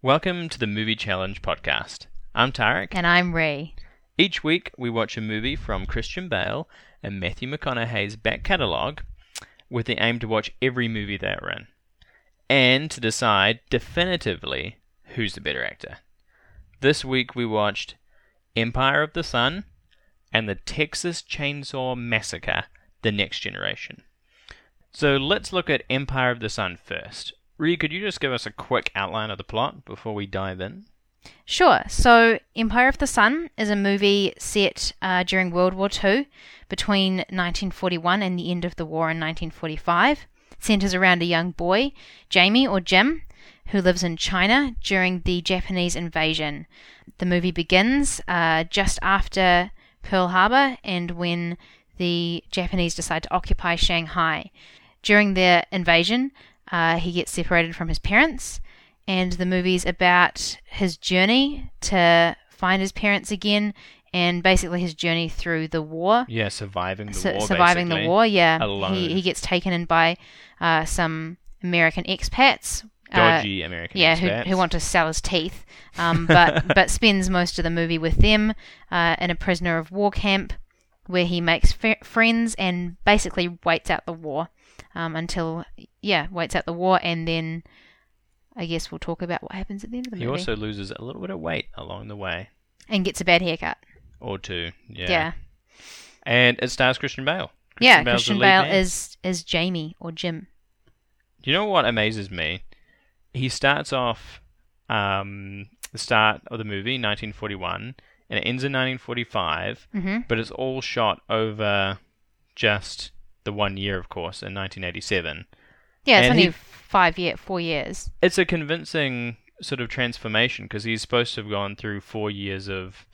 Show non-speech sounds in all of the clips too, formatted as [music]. Welcome to the Movie Challenge podcast. I'm Tarek. And I'm Ray. Each week we watch a movie from Christian Bale and Matthew McConaughey's back catalogue with the aim to watch every movie they were in and to decide definitively who's the better actor. This week we watched Empire of the Sun and the Texas Chainsaw Massacre The Next Generation. So let's look at Empire of the Sun first. Ree, could you just give us a quick outline of the plot before we dive in? Sure. So, Empire of the Sun is a movie set uh, during World War II between 1941 and the end of the war in 1945. It centers around a young boy, Jamie or Jim, who lives in China during the Japanese invasion. The movie begins uh, just after Pearl Harbor and when the Japanese decide to occupy Shanghai. During their invasion, uh, he gets separated from his parents and the movie's about his journey to find his parents again and basically his journey through the war Yeah, surviving the su- war. surviving basically. the war yeah Alone. He, he gets taken in by uh, some american expats uh, Dodgy American yeah, expats. who, who want to sell his teeth, [laughs] um, but but spends most of the movie with them uh, in a prisoner of war camp, where he makes f- friends and basically waits out the war um, until yeah waits out the war, and then I guess we'll talk about what happens at the end of the He movie also loses a little bit of weight along the way, and gets a bad haircut. or two. Yeah. Yeah, yeah. And it stars Christian Bale. Bale's the Christian lead Bale man. is is Jamie or Jim. You know what amazes me? He starts off um, the start of the movie, 1941, and it ends in 1945, hmm but it's all shot over just the one year, of course, in 1987. Yeah, it's And only he- five year, four years. it's a convincing sort of transformation because he's supposed to have gone through four years of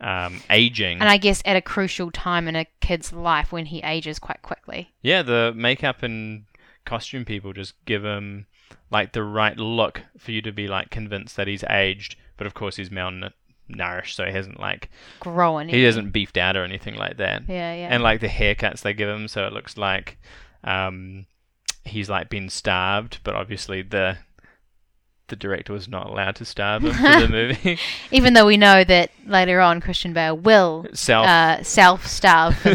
um, aging. And I guess at a crucial time in a kid's life when he ages quite quickly. yeah, the makeup and costume people just give him like the right look for you to be like convinced that he's aged, but of course he's malnourished, so he hasn't like Growing. he isn't beefed out or anything like that. Yeah, yeah. And like the haircuts they give him, so it looks like um, he's like been starved, but obviously the the director was not allowed to starve him for [laughs] the movie. [laughs] Even though we know that later on Christian Bale will Self uh, self starve for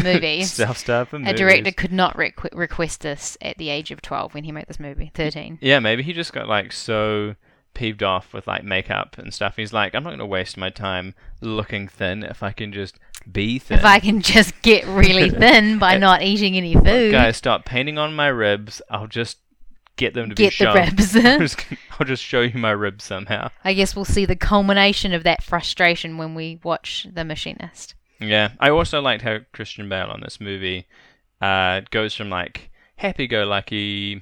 [laughs] movies. Self starve for Uh, a movies. director could not requ- request this at the age of 12 when he made this movie, 13. Yeah, maybe he just got like so peeved off with like makeup and stuff. He's like, I'm not going to waste my time looking thin if I can just be thin. If I can just [laughs] get really thin by Uh, not eating any food, guys stop painting on my ribs, I'll just get them to be get the shown. [laughs] ribs. I'm just gonna- I'll just show you my ribs somehow. [laughs] I guess we'll see the culmination of that frustration when we watch The Machinist. Yeah, I also liked how Christian Bale on this movie uh, goes from like happy-go-lucky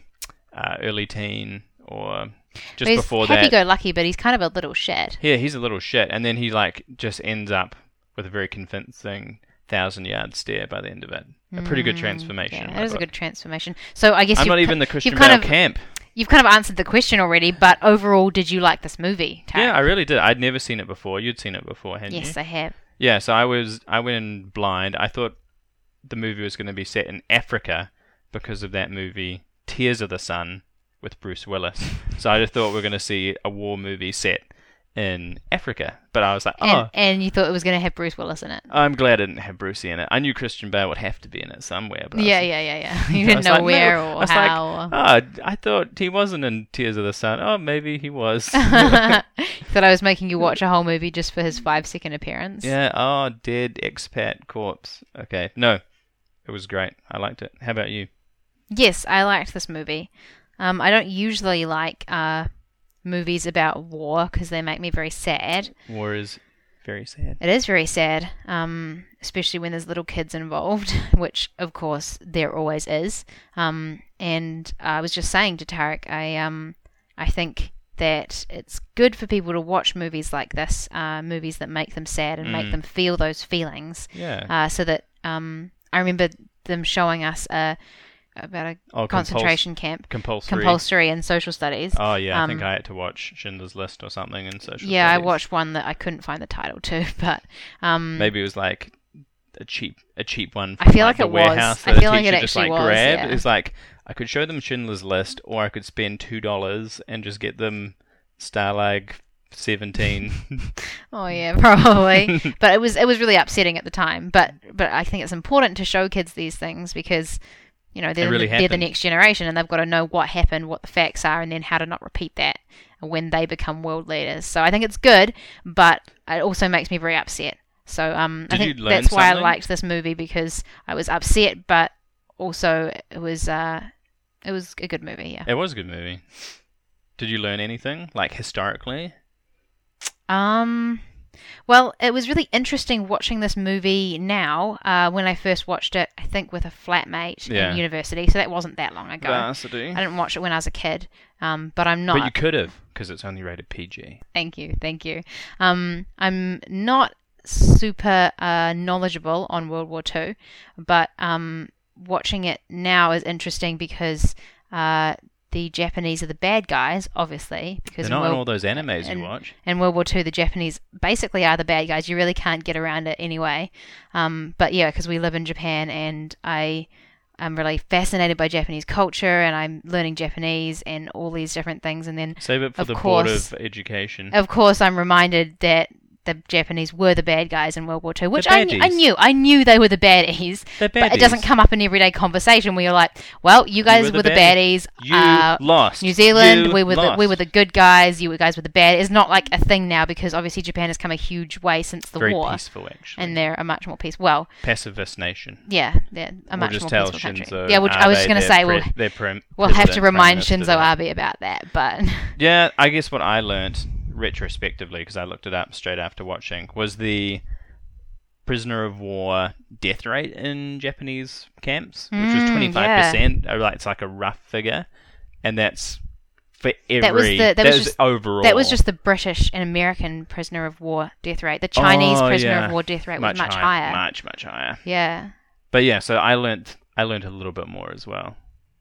uh, early teen or But just he's before that. happy-go-lucky, but he's kind of a little shit. Yeah, he's a little shit, and then he like just ends up with a very convincing thousand yard stare by the end of it. A pretty good transformation. Mm, Yeah, I that is a thought. good transformation. So I guess I'm you've not ki- even the Christian you've kind Bale of camp. you've kind of answered the question already. But overall, did you like this movie? Tarek? Yeah, I really did. I'd never seen it before. You'd seen it before, hadn't Yes, you? I have. Yeah. So I was I went in blind. I thought the movie was going to be set in Africa because of that movie Tears of the Sun with Bruce Willis. [laughs] so I just thought we are going to see a war movie set in Africa. But I was like, oh, And, and you thought it was going to have Bruce Willis in it. I'm glad I didn't have Brucey in it. I knew Christian Bale would have to be in it somewhere. But I was Yeah, like- yeah, [laughs] yeah, yeah. I You didn't was know like, no. where I or was like, [laughs] how. oh, I thought he wasn't in Tears of the Sun. Oh, maybe he was. [laughs] [laughs] Thought I was making you watch a whole movie just for his five second appearance. yeah. Oh, dead expat corpse. Okay. No, it was great. I liked it. How about you? Yes, I liked this movie. Um, I don't usually like uh, movies about war because they make me very sad. War is very sad. It is very sad, um, especially when there's little kids involved, [laughs] which of course there always is. Um, and I was just saying to Tarek, I um, I think that it's good for people to watch movies like this, uh, movies that make them sad and Mm. make them feel those feelings, Yeah. uh, so that um, I remember them showing us a about a oh, compuls- concentration camp, Compulsory. compulsory and social studies. Oh yeah, I think um, I had to watch Schindler's List or something in social. yeah, I studies. watched one that I couldn't find the title to, [laughs] but um, Maybe it was like a cheap, a cheap one. I From, feel like, like the it was. warehouse I that feel a like it teacher just actually like was, grabbed. yeah. It's like I could show them Schindler's List, or I could spend two dollars and just get them Stalag [laughs] 17. Oh yeah, [laughs] [laughs] probably. but it was it was really upsetting at the time. But but I think it's important to show kids these things because you know they're, really they're the happened. next generation and they've got to know what happened, what the facts are, and then how to not repeat that when they become world leaders. So I think it's good, but it also makes me very upset. So um, I Did think you learn that's why I something? liked this movie because I was upset, but also it was uh, it was a good movie. Yeah. it was a good movie. Did you learn anything, like historically? Um, well, it was really interesting watching this movie now. Uh, when I first watched it, I think with a flatmate Yeah. in university, so that wasn't that long ago. Varsity. I didn't watch it when I was a kid, um, but I'm not. But you could have, because it's only rated PG. Thank you, thank you. Um, I'm not super uh, knowledgeable on World War Two, but um, watching it now is interesting because uh, the Japanese are the bad guys, obviously, because They're not in World all those animes and- you watch. in World War Two, the Japanese basically are the bad guys. You really can't get around it anyway. Um, but yeah, because we live in Japan, and I am really fascinated by Japanese culture, and I'm learning Japanese and all these different things. And then, Save it for of the course. Board of Education. of course, I'm reminded that the Japanese were the bad guys in World War Two, which I, I baddies. knew. I knew they were the baddies, They're baddies. but it doesn't come up in everyday conversation where you're like, "Well, you guys were the were the, baddies. baddies. You uh, lost. New Zealand, You we were the, we lost. were the good guys. You guys were the bad. It's not like a thing now because obviously Japan has come a huge way since the Very war, peaceful, actually. and they're a much more peace. Well, Pacifist nation. yeah, they're a We'll much just more tell peaceful country. Shinzo yeah, which I was Abe, just going to their say pre- we'll their prem- we'll have to president, prime remind minister, Shinzo that. Abe about that, but Yeah, I guess what I learnt retrospectively, because I looked it up straight after watching, was the prisoner of war death rate in Japanese camps, which was Mm, twenty yeah. five percent. It's like a rough figure, and that's for every. That was the- that was just- overall. that was just the British and American prisoner of war death rate. The Chinese Oh, prisoner yeah. of war death rate much, was much high- higher. much much higher. Yeah, But yeah, so I learnt I learnt a little bit more as well,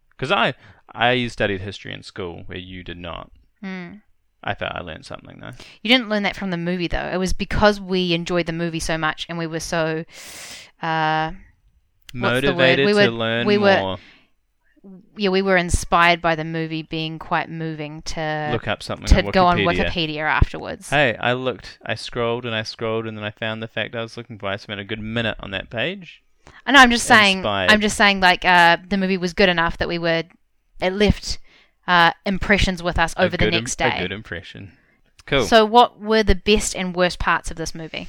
because I I studied history in school where you did not. Mm. I felt I learnt something though. you didn't learn that from the movie though. It was because we enjoyed the movie so much and we were so. Uh, What's the word? Motivated We to were- learn we were- more. yeah, we were inspired by the movie being quite moving to look up something uh, to on Wikipedia. go on Wikipedia afterwards. Hey, I looked, I scrolled and I scrolled, and then I found the fact I was looking for. I spent a good minute on that page. I know. I'm just saying. Inspired. I'm just saying. Like uh, the movie was good enough that we were. It left uh, impressions with us A over the good im- next a day. good impression. Cool. So, what were the best and worst parts of this movie?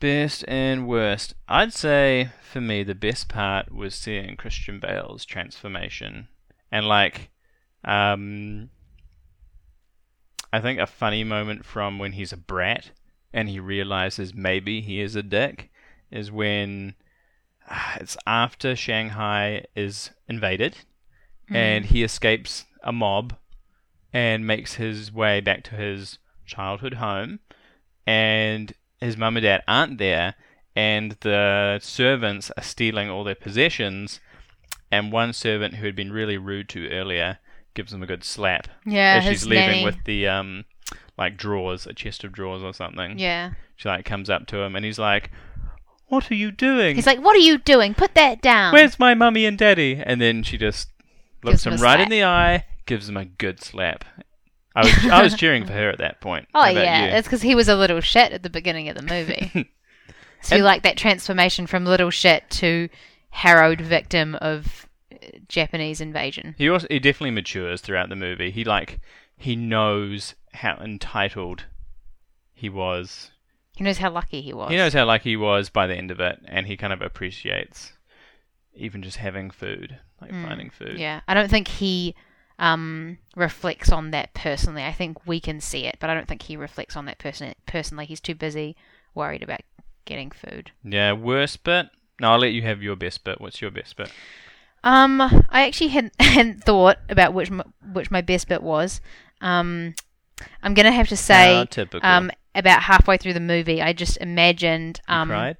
best and worst. I'd say for me the best part was seeing Christian Bale's transformation, and like, um, I think a funny moment from when he's a brat and he realizes maybe he is a dick is when ah, it's after Shanghai is invaded and he escapes a mob and makes his way back to his childhood home and his mum and dad aren't there and the servants are stealing all their possessions and one servant who had been really rude to earlier gives him a good slap Yeah, as his she's leaving nanny. with the um like drawers, a chest of drawers or something. Yeah, She like comes up to him and he's like, "What are you doing? he's like, "What are you doing? Put that down." Where's my mummy and daddy?" And then she just looks Gives him him a right slap. in the eye, gives him a good slap. I was I [laughs] was cheering for her at that point. oh How about yeah, you? that's because he was a little shit at the beginning of [laughs] the movie. so you And- like that transformation from little shit to harrowed victim of uh, Japanese invasion. He also he definitely matures throughout the movie. He like he knows how entitled he was. He knows how lucky he was. He knows how lucky he was by the end of it, and he kind of appreciates even just having food, like finding food. Hmm. Yeah, I don't think he um, reflects on that personally. I think we can see it, but I don't think he reflects on that person personally. He's too busy worried about getting food. Yeah, worst bit. No, I'll let you have your best bit. What's your best bit? Um, I actually hadn't, [laughs] hadn't thought about which m- which my best bit was. Um, I'm gonna have to How say, typical. um, about halfway through the movie, I just imagined, You um, cried.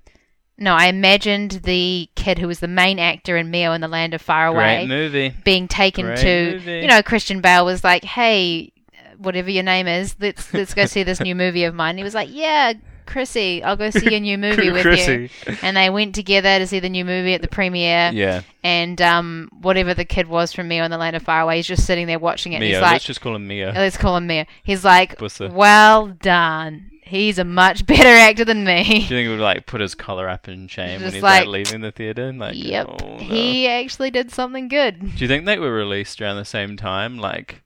no, I imagined the kid who was the main actor in Mio in the Land of Far Away. Great movie. being taken Great to movie. you know Christian Bale was like hey whatever your name is let's let's go see this new movie of mine he was like yeah Chrissy, I'll go see a [laughs] new movie with you. And they went together to see the new movie at the premiere. Yeah. And um, whatever the kid was from Me on the Land of Far Away, he's just sitting there watching it. and Mia. he's like, Let's just call him Mia. let's call him Mia. He's like, Bussa. well done. He's a much better actor than me. Do you think it would like put his collar up in shame when Just he's like- out leaving the theater? Like, [laughs] yep. oh, no. He actually did something good. Do you think they were released around the same time? Like,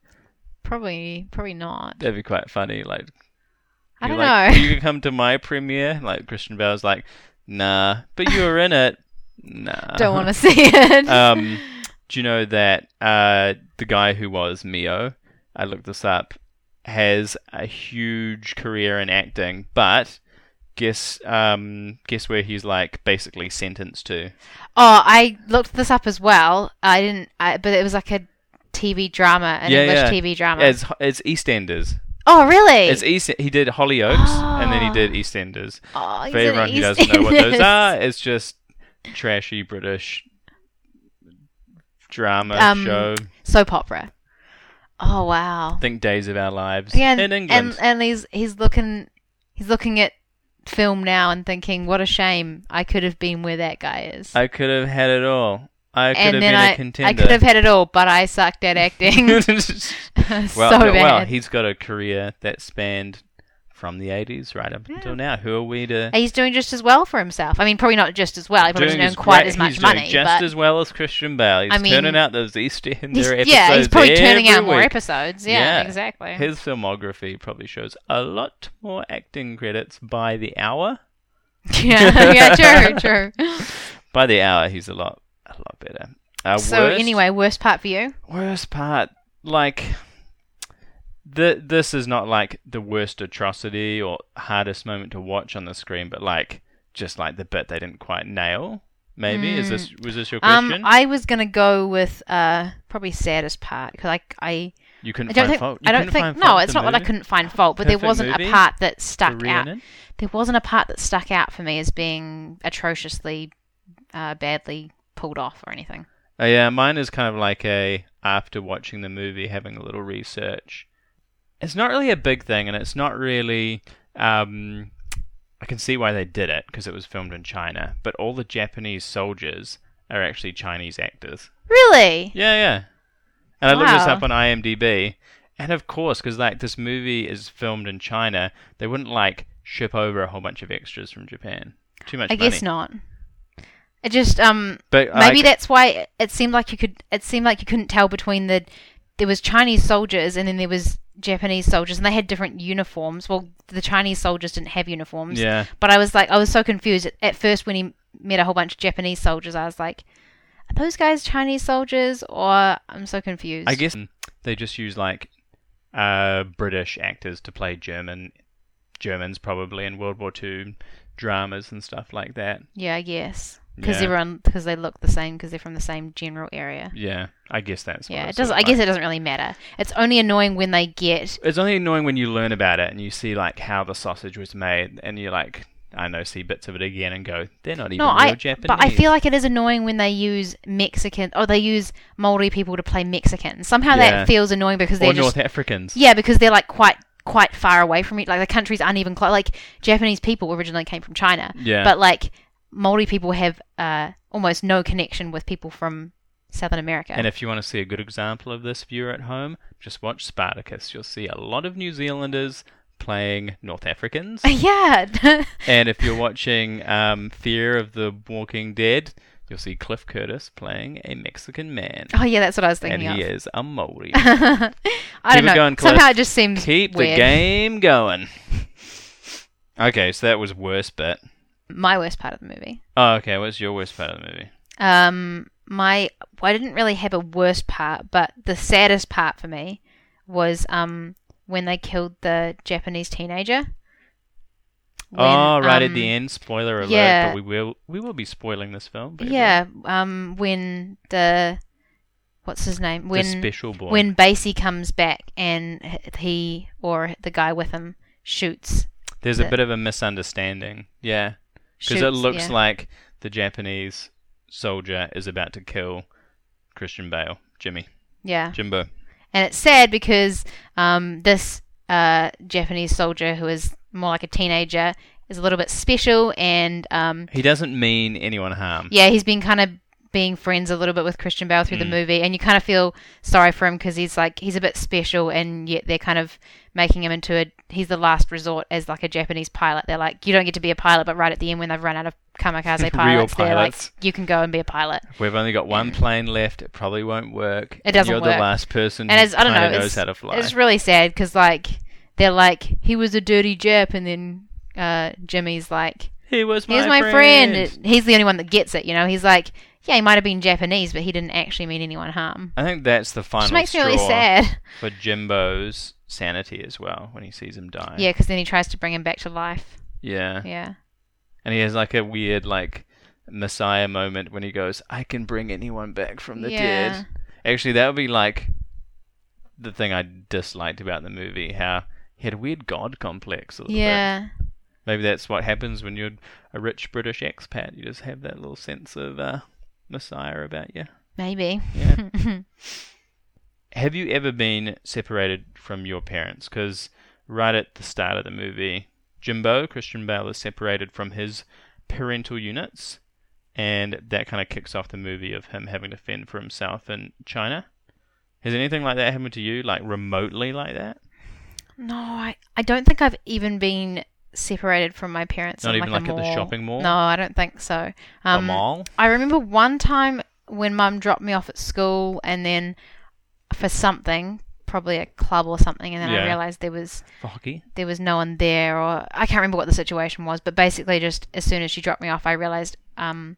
Probably, probably not. that'd be quite funny. Like, I you're don't like, know. [laughs] You can come to my premiere. Like Christian Bale's like, nah, but you were in it. Nah. don't [laughs] want to see it. uh-huh. [laughs] um, do you know that uh, the guy who was Mio, I looked this up, has a huge career in acting, but guess um, guess where he's like basically sentenced to? Oh, I looked this up as well. I didn't, I, but it was like a TV drama, an Yeah, English yeah. TV drama. It's it's EastEnders. oh, really? It's East. He did Hollyoaks, and [gasps] then he did EastEnders. oh, he's For an everyone who doesn't know what those EastEnders. are, it's just trashy British drama Um, show. soap opera. Oh wow! Think Days of Our Lives Yeah, and, in England. and and he's he's looking he's looking at film now and thinking, what a shame! I could have been where that guy is, I could have had it all. I could have and been then a I contender. I [laughs] could have had it all, but I sucked at acting [laughs] well, [laughs] so no, bad. well, he's got a career that spanned from the 80s right up Yeah. until now. Who are we to? he's doing just as well for himself. I mean, probably not just as well. He probably doing doesn't earn is quite great. as much he's money, doing just but as well as Christian Bale. He's I mean- turning out those East Ender [laughs] he's- episodes yeah, he's probably turning every out more week. episodes. Yeah, Yeah. exactly. His filmography probably shows a lot more acting credits by the hour. [laughs] yeah, [laughs] yeah, [laughs] true, true. By the hour, he's a lot, a lot better. Uh, so worst- anyway, worst part for you? worst part, like, the this is not like the worst atrocity or hardest moment to watch on the screen, but like just like the bit they didn't quite nail. Maybe is this was this your Hmm. Um, question? I was gonna go with uh probably saddest part because like I you couldn't I don't find think fault. You I don't couldn't think find no, fault with it's the not that I movie? couldn't find fault, but there Perfect wasn't movie a part that stuck Korean out. in? There wasn't a part that stuck out for me as being atrociously uh, badly pulled off or anything. Oh, yeah, mine is kind of like a after watching the movie, having a little research. It's not really a big thing, and it's not really. Um, I can see why they did it because it was filmed in China, but all the Japanese soldiers are actually Chinese actors. Really? Yeah, yeah. And I looked this Wow. up on IMDb, and of course, because like this movie is filmed in China, they wouldn't like ship over a whole bunch of extras from Japan. Too much I money. guess not. It just um But maybe like, that's why it- it seemed like you could it seemed like you couldn't tell between the there was chinese soldiers and then there was japanese soldiers and they had different uniforms well the chinese soldiers didn't have uniforms Yeah. but i was like i was so confused at, at first when he met a whole bunch of japanese soldiers i was like are those guys chinese soldiers or i'm so confused I guess they just use like uh, British actors to play German Germans probably in World War Two dramas and stuff like that. yeah i guess because Yeah. everyone because they look the same because they're from the same general area Yeah, I guess that's yeah What it it's doesn't sort i of guess like. it doesn't really matter it's only annoying when they get it's only annoying when you learn about it and you see like how the sausage was made and you like I don't know see bits of it again and go they're not even No, real I. Japanese. But I feel like it is annoying when they use Mexican or they use Maori people to play Mexican. Somehow Yeah. that feels annoying because they're or just North Africans. yeah because they're like quite quite far away from it. Like the country's uneven. Clo- like Japanese people originally came from China, Yeah. but like Maori people have uh, almost no connection with people from Southern America. [laughs] And if you want to see a good example of this, viewer at home, just watch Spartacus. You'll see a lot of New Zealanders playing North Africans. yeah, [laughs] And if you're watching um, Fear of the Walking Dead, you'll see Cliff Curtis playing a Mexican man. oh yeah, that's what I was And thinking he of. is a Maori. [laughs] I Keep don't it know. going, Cliff. Somehow it just seems Keep the weird. game going. [laughs] Okay, so that was worst bit. My worst part of the movie. Oh, okay, what's your worst part of the movie? Um, my well, I didn't really have a worst part, but the saddest part for me was um when they killed the Japanese teenager. When, oh, right at um, the end, spoiler alert, yeah. but we will we will be spoiling this film. but Yeah, um, when the what's his name? the When special boy. when Basie comes back and h- he or the guy with him shoots. There's a the- bit of a misunderstanding. Yeah. Because it shoots- looks yeah. like the Japanese soldier is about to kill Christian Bale, Jimmy, yeah, Jimbo. and it's sad because um, this uh, Japanese soldier who is more like a teenager is a little bit special and um, He doesn't mean anyone harm. yeah, he's been kind of being friends a little bit with Christian Bale Mm. through the movie, and you kind of feel sorry for him because he's like he's a bit special, and yet they're kind of making him into a he's the last resort as like a Japanese pilot. They're like you don't get to be a pilot, but right at the end when they've run out of [laughs] kamikaze pilots, they're like pilots. you can go and be a pilot. We've only got one plane left. It probably won't work. It doesn't You're work. the last person And it's I don't who know, kinda knows it's, how to fly. it's really sad because like they're like he was a dirty Jap, and then uh, Jimmy's like he was my He's my friend. friend. He's the only one that gets it, you know. He's like, yeah, he might have been Japanese, but he didn't actually mean anyone harm. I think that's the final Which makes me straw [laughs] really sad. for Jimbo's sanity as well when he sees him die. Yeah, because then he tries to bring him back to life. Yeah. Yeah. And he has like a weird like messiah moment when he goes, "I can bring anyone back from the Yeah. dead." Actually, that would be like the thing I disliked about the movie, how he had a weird god complex. A little Bit. Yeah. Maybe that's what happens when you're a rich British expat. You just have that little sense of uh, messiah about you. Maybe. Yeah. Have you ever been separated from your parents? Because right at the start of the movie, Jimbo, Christian Bale, is separated from his parental units, and that kind of kicks off the movie of him having to fend for himself in China. Has anything like that happened to you, like remotely like that? [laughs] No, I, I don't think I've even been separated from my parents. Not in, even, a like, at the mall. shopping mall? No, I don't think so. Um, a mall? I remember one time when mum dropped me off at school and then for something, probably a club or something, and then Yeah. I realised there was For hockey? there was no one there or I can't remember what the situation was, but basically just as soon as she dropped me off I realized um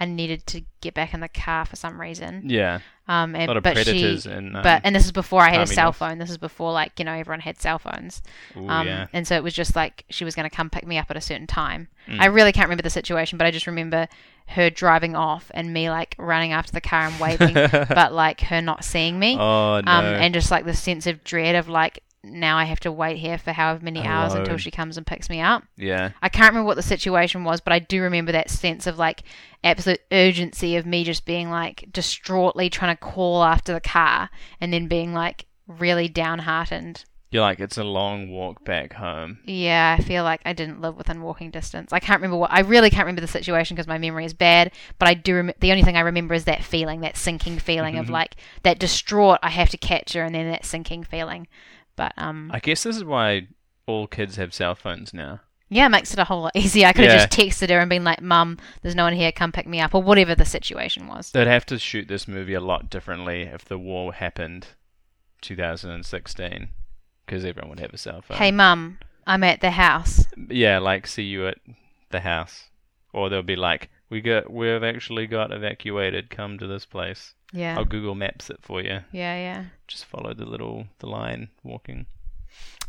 I needed to get back in the car for some reason. Yeah. Um and lot of but predators she, and, um, but and this is before I had a army cell dogs. phone. This is before like, you know, everyone had cell phones. Ooh, Um yeah. and so it was just like she was going to come pick me up at a certain time. Mm. I really can't remember the situation, but I just remember her driving off and me like running after the car and [laughs] waving, but like her not seeing me Oh, no. [laughs] um, and just like the sense of dread of like now I have to wait here for however many hours until Alone. she comes and picks me up. yeah. I can't remember what the situation was, but I do remember that sense of like absolute urgency of me just being like distraughtly trying to call after the car and then being like really downheartened. You're like, it's a long walk back home. Yeah, I feel like I didn't live within walking distance. I can't remember what I really can't remember the situation because my memory is bad, but I do rem- the only thing I remember is that feeling, that sinking feeling Mm-hmm. of like that distraught I have to catch her and then that sinking feeling. But um I guess this is why all kids have cell phones now. Yeah, it makes it a whole lot [laughs] easier. I could have Yeah. just texted her and been like, Mum, there's no one here, come pick me up, or whatever the situation was. They'd have to shoot this movie a lot differently if the war happened 2016 because everyone would have a cell phone. Hey, Mum, I'm at the house. Yeah, like see you at the house. Or they'll be like, we got, we've actually got evacuated. Come to this place. Yeah. I'll Google Maps it for you. Yeah, yeah. Just follow the little the line walking.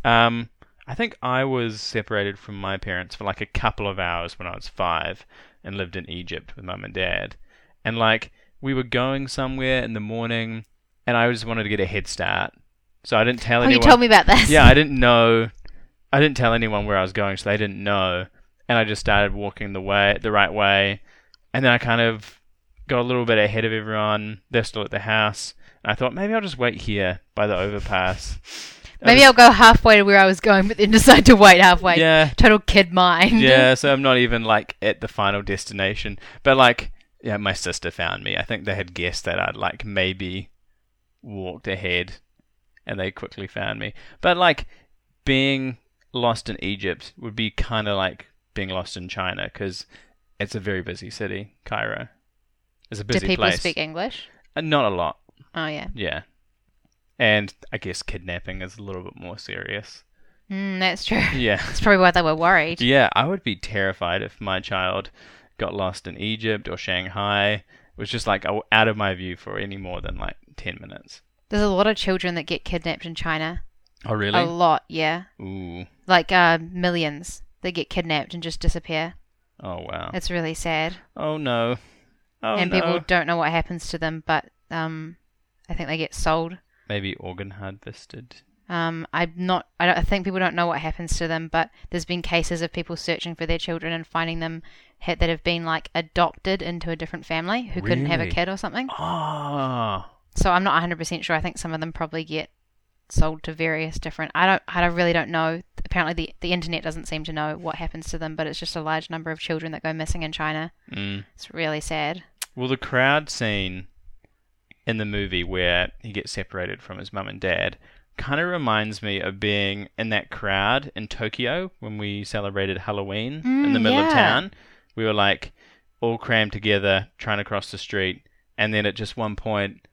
Um, I think I was separated from my parents for like a couple of hours when I was five and lived in Egypt with mum and dad. And like we were going somewhere in the morning, and I just wanted to get a head start, so I didn't tell Oh, anyone. you told me about this. yeah, I didn't know. I didn't tell anyone where I was going, so they didn't know. And I just started walking the way, the right way, and then I kind of got a little bit ahead of everyone. They're still at the house. And I thought maybe I'll just wait here by the overpass. I [laughs] Maybe just- I'll go halfway to where I was going, but then [laughs] decide to wait halfway. Yeah. Total kid mind. yeah, so I'm not even like at the final destination. But like, yeah, my sister found me. I think they had guessed that I'd like maybe walked ahead and they quickly found me. But like, being lost in Egypt would be kind of like being lost in China because it's a very busy city, Cairo. It's a Do busy people place. speak English? Uh, Not a lot, Oh, yeah. yeah. And I guess kidnapping is a little bit more serious. Mm, that's true. [laughs] Yeah. That's probably why they were worried. Yeah, I would be terrified if my child got lost in Egypt or Shanghai. It was just like oh, out of my view for any more than like 10 minutes. There's a lot of children that get kidnapped in China. Oh, A lot, yeah. Ooh. Like uh, millions that get kidnapped and just disappear. Oh, wow. It's really sad. Oh, no. Oh, and no. people don't know what happens to them, but um, I think they get sold. Maybe organ harvested. Um, I'm not. I, don't, I think people don't know what happens to them, but there's been cases of people searching for their children and finding them ha- that have been like adopted into a different family who couldn't have a Really? kid or something. Ah. So I'm not 100 percent sure. I think some of them probably get sold to various different. I don't. I don't- really don't know. Apparently, the the internet doesn't seem to know what happens to them, but it's just a large number of children that go missing in China. Mm. It's really sad. Well, the crowd scene in the movie where he gets separated from his mum and dad kind of reminds me of being in that crowd in Tokyo when we celebrated Halloween in Mm, the middle of yeah. town. We were like all crammed together trying to cross the street, and then at just one point,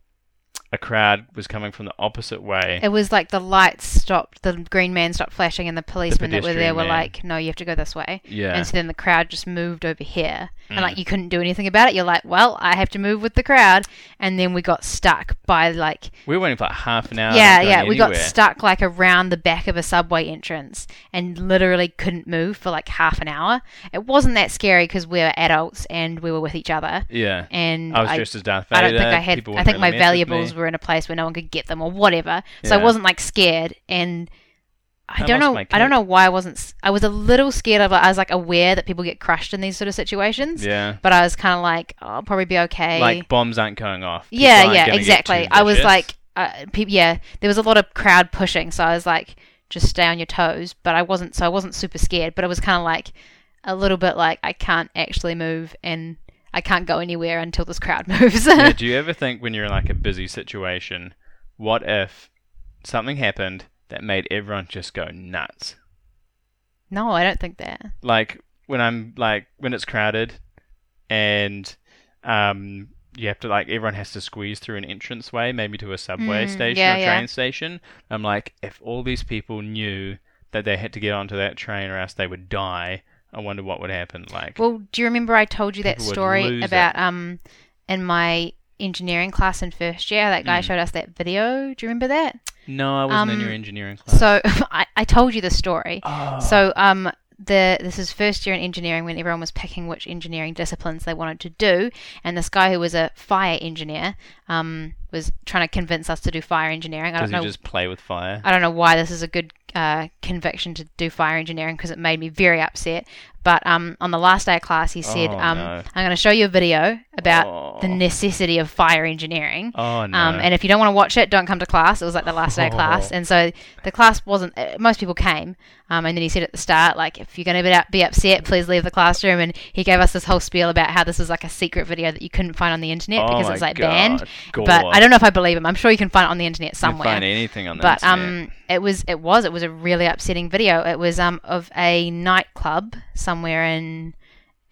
a crowd was coming from the opposite way. It was like the lights stopped, the green man stopped flashing, and the policemen that were there pedestrian were man. like, "No, you have to go this way." yeah. And so then the crowd just moved over here, and Mm. like you couldn't do anything about it. You're like, "Well, I have to move with the crowd," and then we got stuck by like we were waiting for like half an hour. yeah, not yeah. going We got anywhere. stuck like around the back of a subway entrance and literally couldn't move for like half an hour. It wasn't that scary because we were adults and we were with each other. Yeah. And I was dressed as Darth I Vader. don't think I had. People I wouldn't think really my mess with valuables me. were in a place where no one could get them or whatever. So Yeah. I wasn't like scared, and I, I don't lost know. my I don't cake. know why I wasn't. s- I was a little scared of. it. I was like aware that people get crushed in these sort of situations, Yeah. but I was kind of like, oh, I'll probably be okay. Like bombs aren't going off. People yeah, aren't yeah, gonna get exactly. too I was vicious. like, [laughs] uh, peop yeah, there was a lot of crowd pushing, so I was like, just stay on your toes. But I wasn't, so I wasn't super scared. But I was kind of like a little bit like I can't actually move and I can't go anywhere until this crowd [laughs] [laughs] moves. yeah, do you ever think when you're in like a busy situation, what if something happened that made everyone just go nuts? no, I don't think that. Like when I'm like when it's crowded and um you have to like everyone has to squeeze through an entranceway, maybe to a subway Mm, station yeah, or yeah. train station. I'm like, if all these people knew that they had to get onto that train or else they would die, I wonder what would happen. Like Well, do you remember I told you that People would story lose about um in my engineering class in first year? That guy Mm. showed us that video. Do you remember that? No, I wasn't in your um, engineering class. So [laughs] I, I told you the story. oh, So um the this is first year in engineering when everyone was picking which engineering disciplines they wanted to do, and this guy who was a fire engineer um was trying to convince us to do fire engineering. I does don't he know. just play with fire? I don't know why this is a good uh, conviction to do fire engineering because it made me very upset. But um, on the last day of class, he said, Oh, um, no. "I'm going to show you a video about the Oh. necessity of fire engineering." oh no! Um, and if you don't want to watch it, don't come to class. It was like the last day of class, Oh. and so the class wasn't. Uh, most people came, um, and then he said at the start, like, if you're going to be upset, please leave the classroom. And he gave us this whole spiel about how this was like a secret video that you couldn't find on the internet Oh because my it's like God, banned. God. But I don't know if I believe him. I'm sure you can find it on the internet You can somewhere. find anything on the but internet. um, it was it was it was a really upsetting video. It was um of a nightclub somewhere in.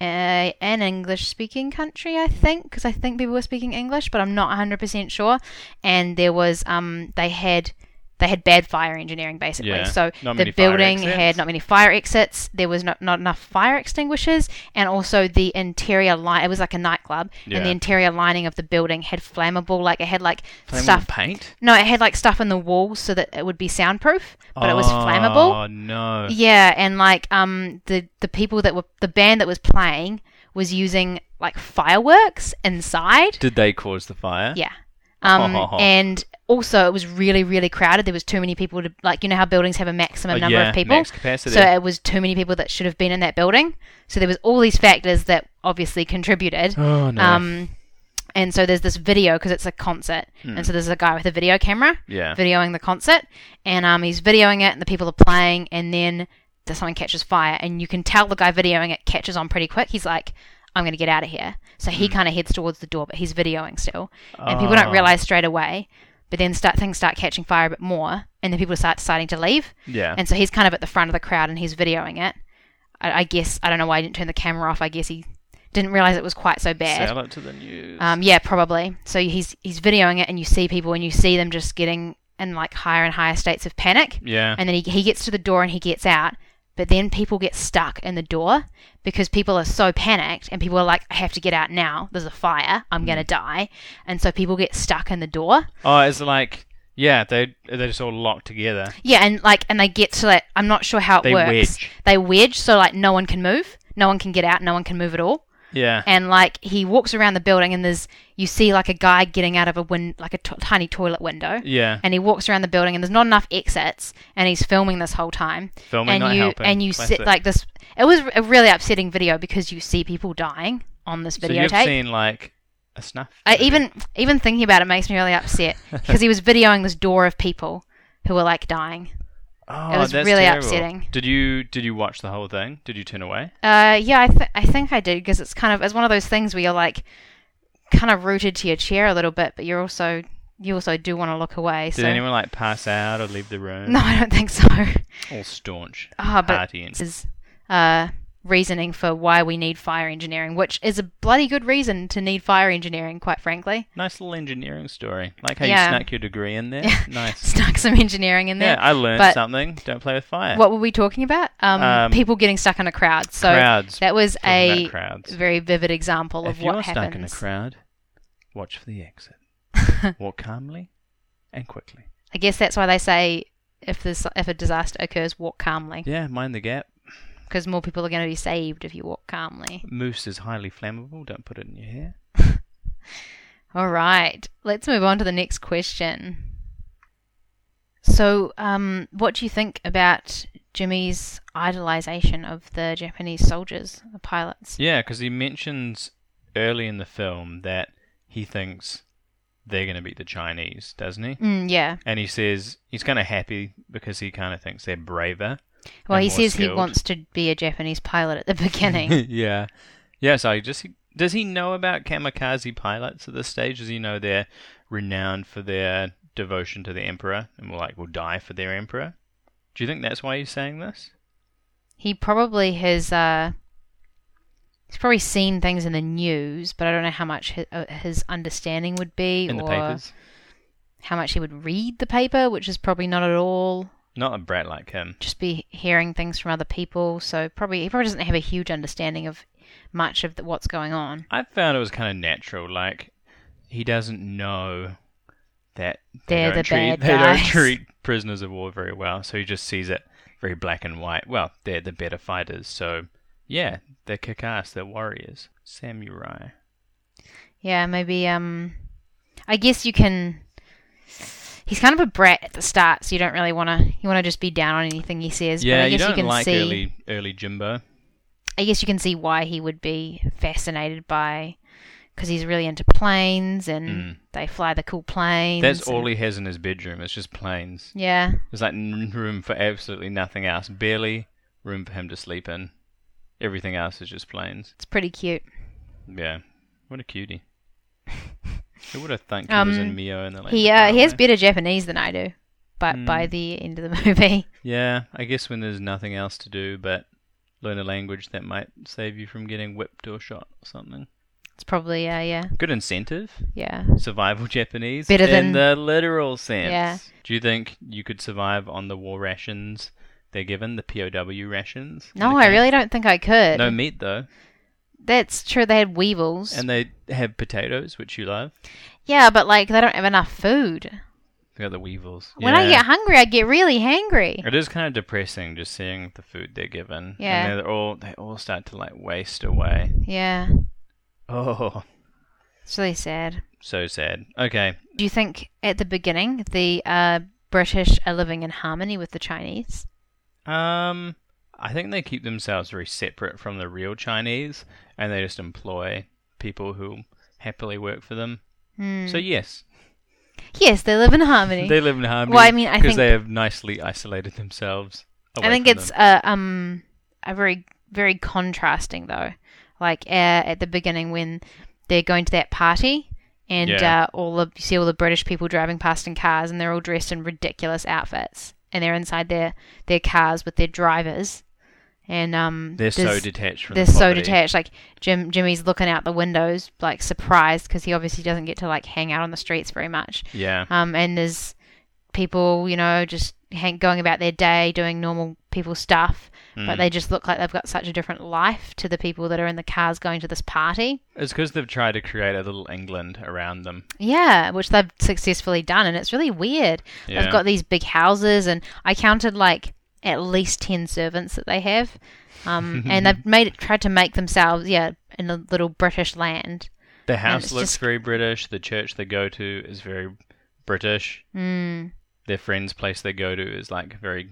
A, an English speaking country, I think, because I think people were speaking English, but I'm not 100% sure. And there was, um, they had, they had bad fire engineering basically. Yeah, So not the many fire building exits. had not many fire exits. There was not, not enough fire extinguishers, and also the interior line. It was like a nightclub, and Yeah. the interior lining of the building had flammable, like it had like Flammable stuff paint. no, it had like stuff in the walls so that it would be soundproof, but it was flammable. Oh no! Yeah, and like um the the people that were the band that was playing was using like fireworks inside. Did they Oh. cause the fire? Yeah. Um and also it was really really crowded. There was too many people to like you know how buildings have a maximum Oh, number yeah, of people. max capacity. So it was too many people that should have been in that building. So there was all these factors that [gasps] obviously contributed. oh no! Um and so there's this video because it's a concert. Hmm. And so there's a guy with a video camera [laughs] yeah. videoing the concert, and um, he's videoing it, and the people are playing, and then the, something catches fire, and you can tell the guy videoing it catches on pretty quick. He's like, "I'm going to get out of here," so he kind of heads towards the door, but he's videoing still, and Hmm. people Oh. don't realize straight away. But then start things start catching fire a bit more, and then people start deciding to leave, yeah. and so he's kind of at the front of the crowd, and he's videoing it. I, I guess I don't know why he didn't turn the camera off. I guess he didn't realize it was quite so bad. Sell it to the news. Um, yeah, probably. So he's he's videoing it, and you see people, and you see them just getting in like higher and higher states of panic. yeah. And then he he gets to the door and he gets out, but then people get stuck in the door because people are so panicked, and people are like, "I have to get out now. There's a fire. I'm Mm. gonna die." And so people get stuck in the door. oh, it's like yeah. They they just all locked together. Yeah, and like, and they get to like, I'm not sure how it They works. wedge. They wedge, so like no one can move, no one can get out, no one can move at all. Yeah. and like he walks around the building and there's you see like a guy getting out of a win like a t- tiny toilet window yeah. and he walks around the building and there's not enough exits and he's filming this whole time Filming and not you helping. and you Classic. sit like this it was a really upsetting video because you see people dying on this So you've videotape seen like a snuff. I movie. [laughs] even even thinking about it makes me really upset because he was videoing this door of people who were like dying. Oh, It was that's really terrible. upsetting. Did you did you watch the whole thing? Did you turn away? Uh, yeah, I, th- I think I did because it's kind of it's one of those things where you're like kind of rooted to your chair a little bit, but you're also you also do want to look away. Did so anyone like pass out or leave the room? [laughs] no, I don't think so. [laughs] All staunch. Ah, but Party and this is uh, reasoning for why we need fire engineering, which is a bloody good reason to need fire engineering, quite frankly. [laughs] nice little engineering story. Like how Yeah. you snuck your degree in [laughs] there. Nice. Stuck some engineering in Yeah, there. I learned But- something. Don't play with fire. What were we talking about? Um, Um, people getting stuck in a crowd. So crowds. that was Talking about a crowds. very vivid example if of what you're happens. stuck in a crowd, watch for the [laughs] exit. Walk calmly and quickly. I guess that's why they say if this if a disaster occurs, walk calmly Yeah, mind the gap. because more people are going to be saved if you walk calmly. Moose is highly flammable. Don't put it in your hair. All right, let's move on to the next question. So, um, what do you think about Jimmy's idolization of the Japanese soldiers, the pilots? Yeah, because he mentions early in the film that he thinks they're going to beat the Chinese, doesn't he? Mm, yeah. And he says he's kind of happy because he kind of thinks they're braver. Well, and he more says he skilled. wants to be a Japanese pilot at [laughs] the beginning. yeah. Yeah, so I just does he know about kamikaze pilots at this stage? Does he know they're renowned for their devotion to the emperor and will like will die for their emperor? Do you think that's why he's saying this? he probably has. Uh, he's probably seen things in the news, but I don't know how much his, uh, his understanding would be, In or the papers? how much he would read the paper, which is probably not at all. Not a brat like him. Just be hearing things from other people, so probably he probably doesn't have a huge understanding of much of the, what's going on. I found it was kind of natural. Like he doesn't know that they They're don't the treat, [laughs] bad They don't guys. treat prisoners of war very well, so he just sees it very black and white. Well, they're the better fighters, so yeah, they're kick ass. They're warriors, samurai. Yeah, maybe. Um, I guess you can. He's kind of a brat at the start, so you don't really want to. You want to just be down on anything he says. but Yeah, I guess you you, don't can like see. early early Jimbo. I guess you can see why he would be fascinated by, because he's really into planes and Mm. they fly the cool planes. That's and- all he has in his bedroom. It's just planes. Yeah, There's like n- room for absolutely nothing else. Barely room for him to sleep in. Everything else is just planes. it's pretty cute. Yeah. What a [laughs] cutie. Who would have thought he was in Um, Mio and the Mm. Land He of uh, he has Faraway? better Japanese than I do, but by the end of the [laughs] movie, Yeah, I guess when there's nothing else to do but learn a language that might save you from getting whipped or shot or something. it's probably uh, yeah Good incentive. yeah. survival [laughs] Japanese Better in than- the literal sense. Yeah. Do you think you could survive on the war rations they're given, the POW rations? No, I really don't think I could. No meat though, That's true. They had weevils. and they have potatoes, which you love. yeah, but like they don't have enough food. They got the weevils. When I get hungry, I get really hangry. it is kind of depressing just seeing the food they're given. Yeah. and they're all they all start to like waste away. Yeah, Oh, it's really sad. so sad. Okay, Do you think at the beginning the uh, British are living in harmony with the Chinese? Um, I think they keep themselves very separate from the real Chinese, and they just employ people who happily work for them. Hmm. So yes, Yes, they live in harmony. they live in harmony. Well, I mean, I because think- they have nicely isolated themselves. Away I think from it's them. uh, um a very very contrasting though. Like uh, at the beginning when they're going to that party and Yeah. uh, all the you see all the British people driving past in cars and they're all dressed in ridiculous outfits and they're inside their their cars with their drivers and um they're so there's- detached from. they're the so poverty. detached. Like Jim, Jimmy's looking out the windows, like surprised because he obviously doesn't get to like hang out on the streets very much. Yeah, Um, and there's people, you know, just hang- going about their day, doing normal people stuff, Hmm. Mm. but they just look like they've got such a different life to the people that are in the cars going to this party. it's because they've tried to create a little England around them. Yeah, which they've successfully done, and it's really weird. Yeah. They've got these big houses, and I counted like at least ten servants that they have, um, and they've made it tried to make themselves, yeah, in a little British land. The house it's looks just- very British. The church they go to is very British. Mm. Their friend's place they go to is like very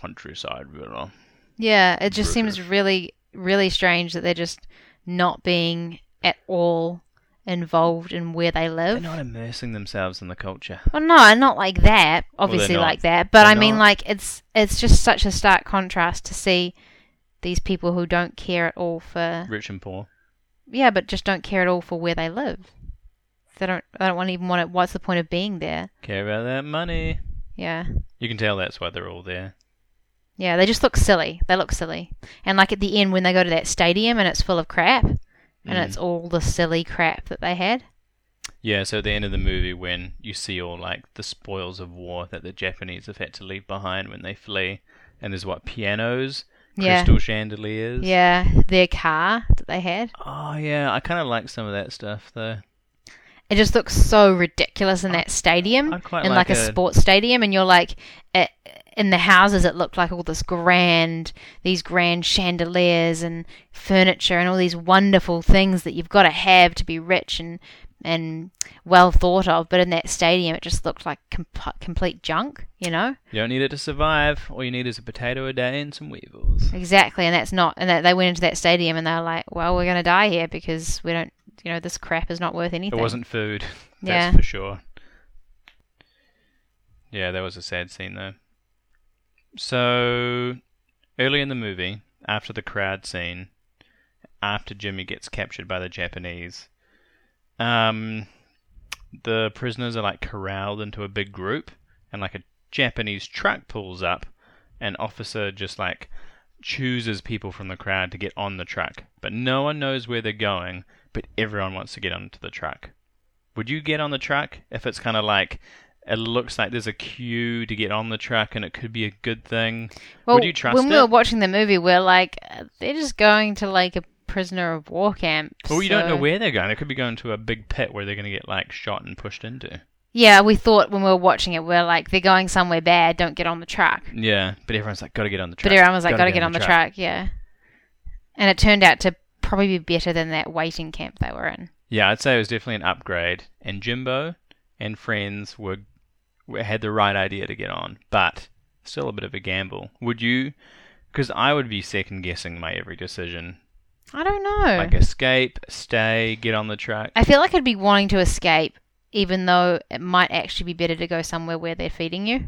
countryside. You know. Yeah, it just seems really, really strange that they're just not being at all involved in where they They're live. not immersing themselves in the culture. Well, no, not like that. Obviously, not. like that. But They're I mean, not. like it's it's just such a stark contrast to see these people who don't care at all for Rich and poor. yeah, but just don't care at all for where they live. They don't. They don't want even want it. What's the point of being there? Care about that money. Yeah. You can tell that's why they're all there. Yeah, they just look silly. They look silly. And like at the end when they go to that stadium and it's full of crap and Mm. it's all the silly crap that they had. Yeah, so at the end of the movie, when you see all like the spoils of war that the Japanese have had to leave behind when they flee, and there's what pianos, Yeah. crystal chandeliers. Yeah, their car that they had. Oh yeah, I kind of like some of that stuff though. It just looks so ridiculous in that stadium. I'd quite in like like, a- a, sports stadium and you're like it, in the houses it looked like all this grand these grand chandeliers and furniture and all these wonderful things that you've got to have to be rich and and well thought of, but in that stadium it just looked like comp- complete junk, you know? You don't need it to survive. All you need is a potato a day and some weevils. Exactly, and that's not. And that they went into that stadium and they were like, "Well, we're going to die here because we don't. You know, this crap is not worth It anything." wasn't food. [laughs] Yeah. That's for sure. Yeah, that was a sad scene though. So early in the movie, after the crowd scene, after Jimmy gets captured by the Japanese, um, the prisoners are like corralled into a big group, and like a Japanese truck pulls up, an officer just like chooses people from the crowd to get on the truck, but no one knows where they're going, but everyone wants to get onto the truck. Would you get on the truck if it's kind of like it looks like there's a queue to get on the truck and it could be a good thing? Well, Would you trust when we it? were watching the movie, we're like, uh, "They're just going to like a prisoner of war camp." Well, you don't know so- where they're going. They could be going to a big pit where they're going to get like shot and pushed into. Yeah, we thought when we were watching it, we're like, "They're going somewhere bad. Don't get on the truck." Yeah, but everyone's like, got to get on the truck. But everyone was like, "Got to get on the truck." Yeah, and it turned out to probably be better than that waiting camp they were in. Yeah, I'd say it was definitely an upgrade. And Jimbo and friends were, were had the right idea to get on, but still a bit of a gamble. Would you? Because I would be second guessing my every decision, I don't know. like escape, stay, get on the truck. Oh. I feel like I'd be wanting to escape, even though it might actually be better to go somewhere where they're feeding you.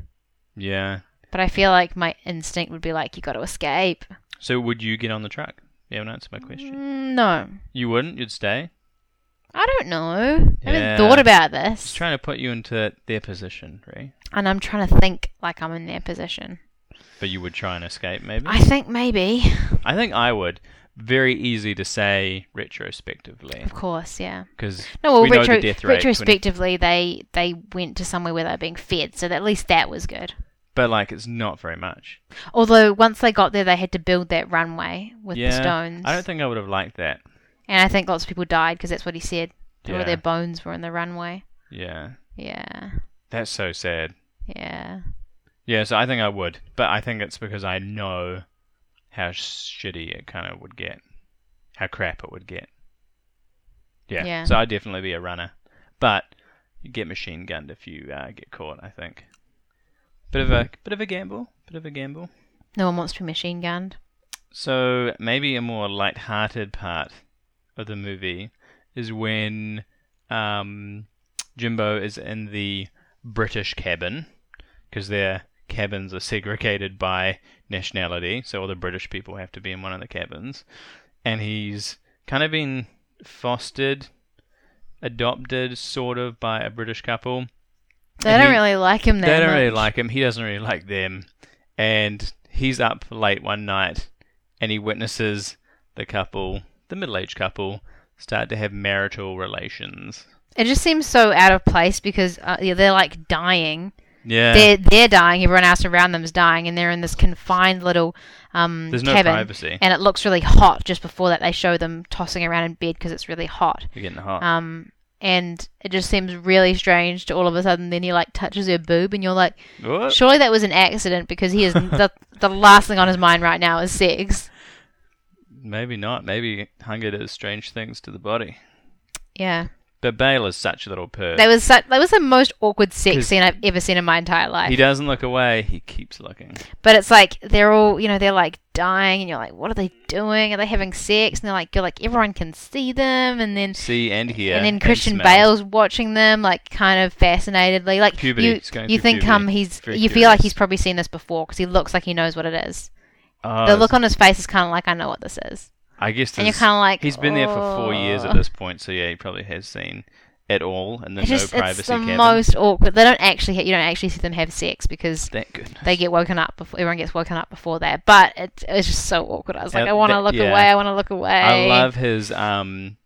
Yeah. But I feel like my instinct would be like, you got to escape. So would you get on the truck? You haven't answered my question. Mm, No, You wouldn't. You'd stay. I don't know. I Yeah. haven't thought about Just this, trying to put you into their position, right? and I'm trying to think like I'm in their position. But you would try and escape, maybe. I think maybe, I think I would. Very easy to say retrospectively of course, yeah. because No, well, we know retro- the death rate. when- retrospectively, they they went to somewhere where they were being fed, so that, at least that was good. but like it's not very much. Although once they got there, they had to build that runway with yeah, the stones, I don't think I would have liked that. and I think lots of people died because that's what he said. All Yeah. of their bones were in the runway. Yeah, Yeah. that's so sad. Yeah. Yeah, so I think I would, but I think it's because I know how shitty it kind of would get, how crap it would get. Yeah, Yeah. so I'd definitely be a runner, but you get machine gunned if you uh, get caught. I think. Bit of a bit of a gamble. Bit of a gamble. No one wants to be machine gunned. So maybe a more light-hearted part of the movie is when um, Jimbo is in the British cabin because their cabins are segregated by nationality, so all the British people have to be in one of the cabins, and he's kind of been fostered, adopted, sort of by a British couple. They And don't he- really like him that They don't really much. like him. He doesn't really like them. And he's up late one night and he witnesses the couple, the middle aged couple, start to have marital relations. It just seems so out of place because uh, yeah, they're like dying. Yeah. They're they're dying. Everyone else around them is dying, and they're in this confined little um There's no cabin. privacy. And it looks really hot. Just before that, they show them tossing around in bed because it's really hot. You're getting hot. Um, and it just seems really strange to all of a sudden. Then he like touches her boob, and you're like, Oh, surely that was an accident because he is the the last thing on his mind right now is sex. Maybe not. Maybe hunger does strange things to the body. Yeah. But Bale is such a little perv. That was such, that was the most awkward sex 'Cause- scene I've ever seen in my entire he life. doesn't look away. He keeps looking. But it's like they're all you know they're like dying, and you're like, what are they doing? Are they having sex? And they're like, you're like everyone can see them, and then See and hear. and then Christian smell. Bale's watching them like kind of fascinatedly. Like Puberty, you, he's going you through think puberty. um he's Very you feel like curious. he's probably seen this before because he looks like he knows what it is. Oh, the look on his face is kind of like I know what this is, I guess and you're there's- kind of like he's been there for four years "Oh." at this point, so yeah, he probably has seen it all in the It's no just privacy it's the cabin. most awkward. They don't actually ha- you don't actually see them have sex because Thank goodness. they get woken up before everyone gets woken up before that. But it, it's just so awkward. I was like, Uh, I want to that- look yeah. away. I want to look away. I love his um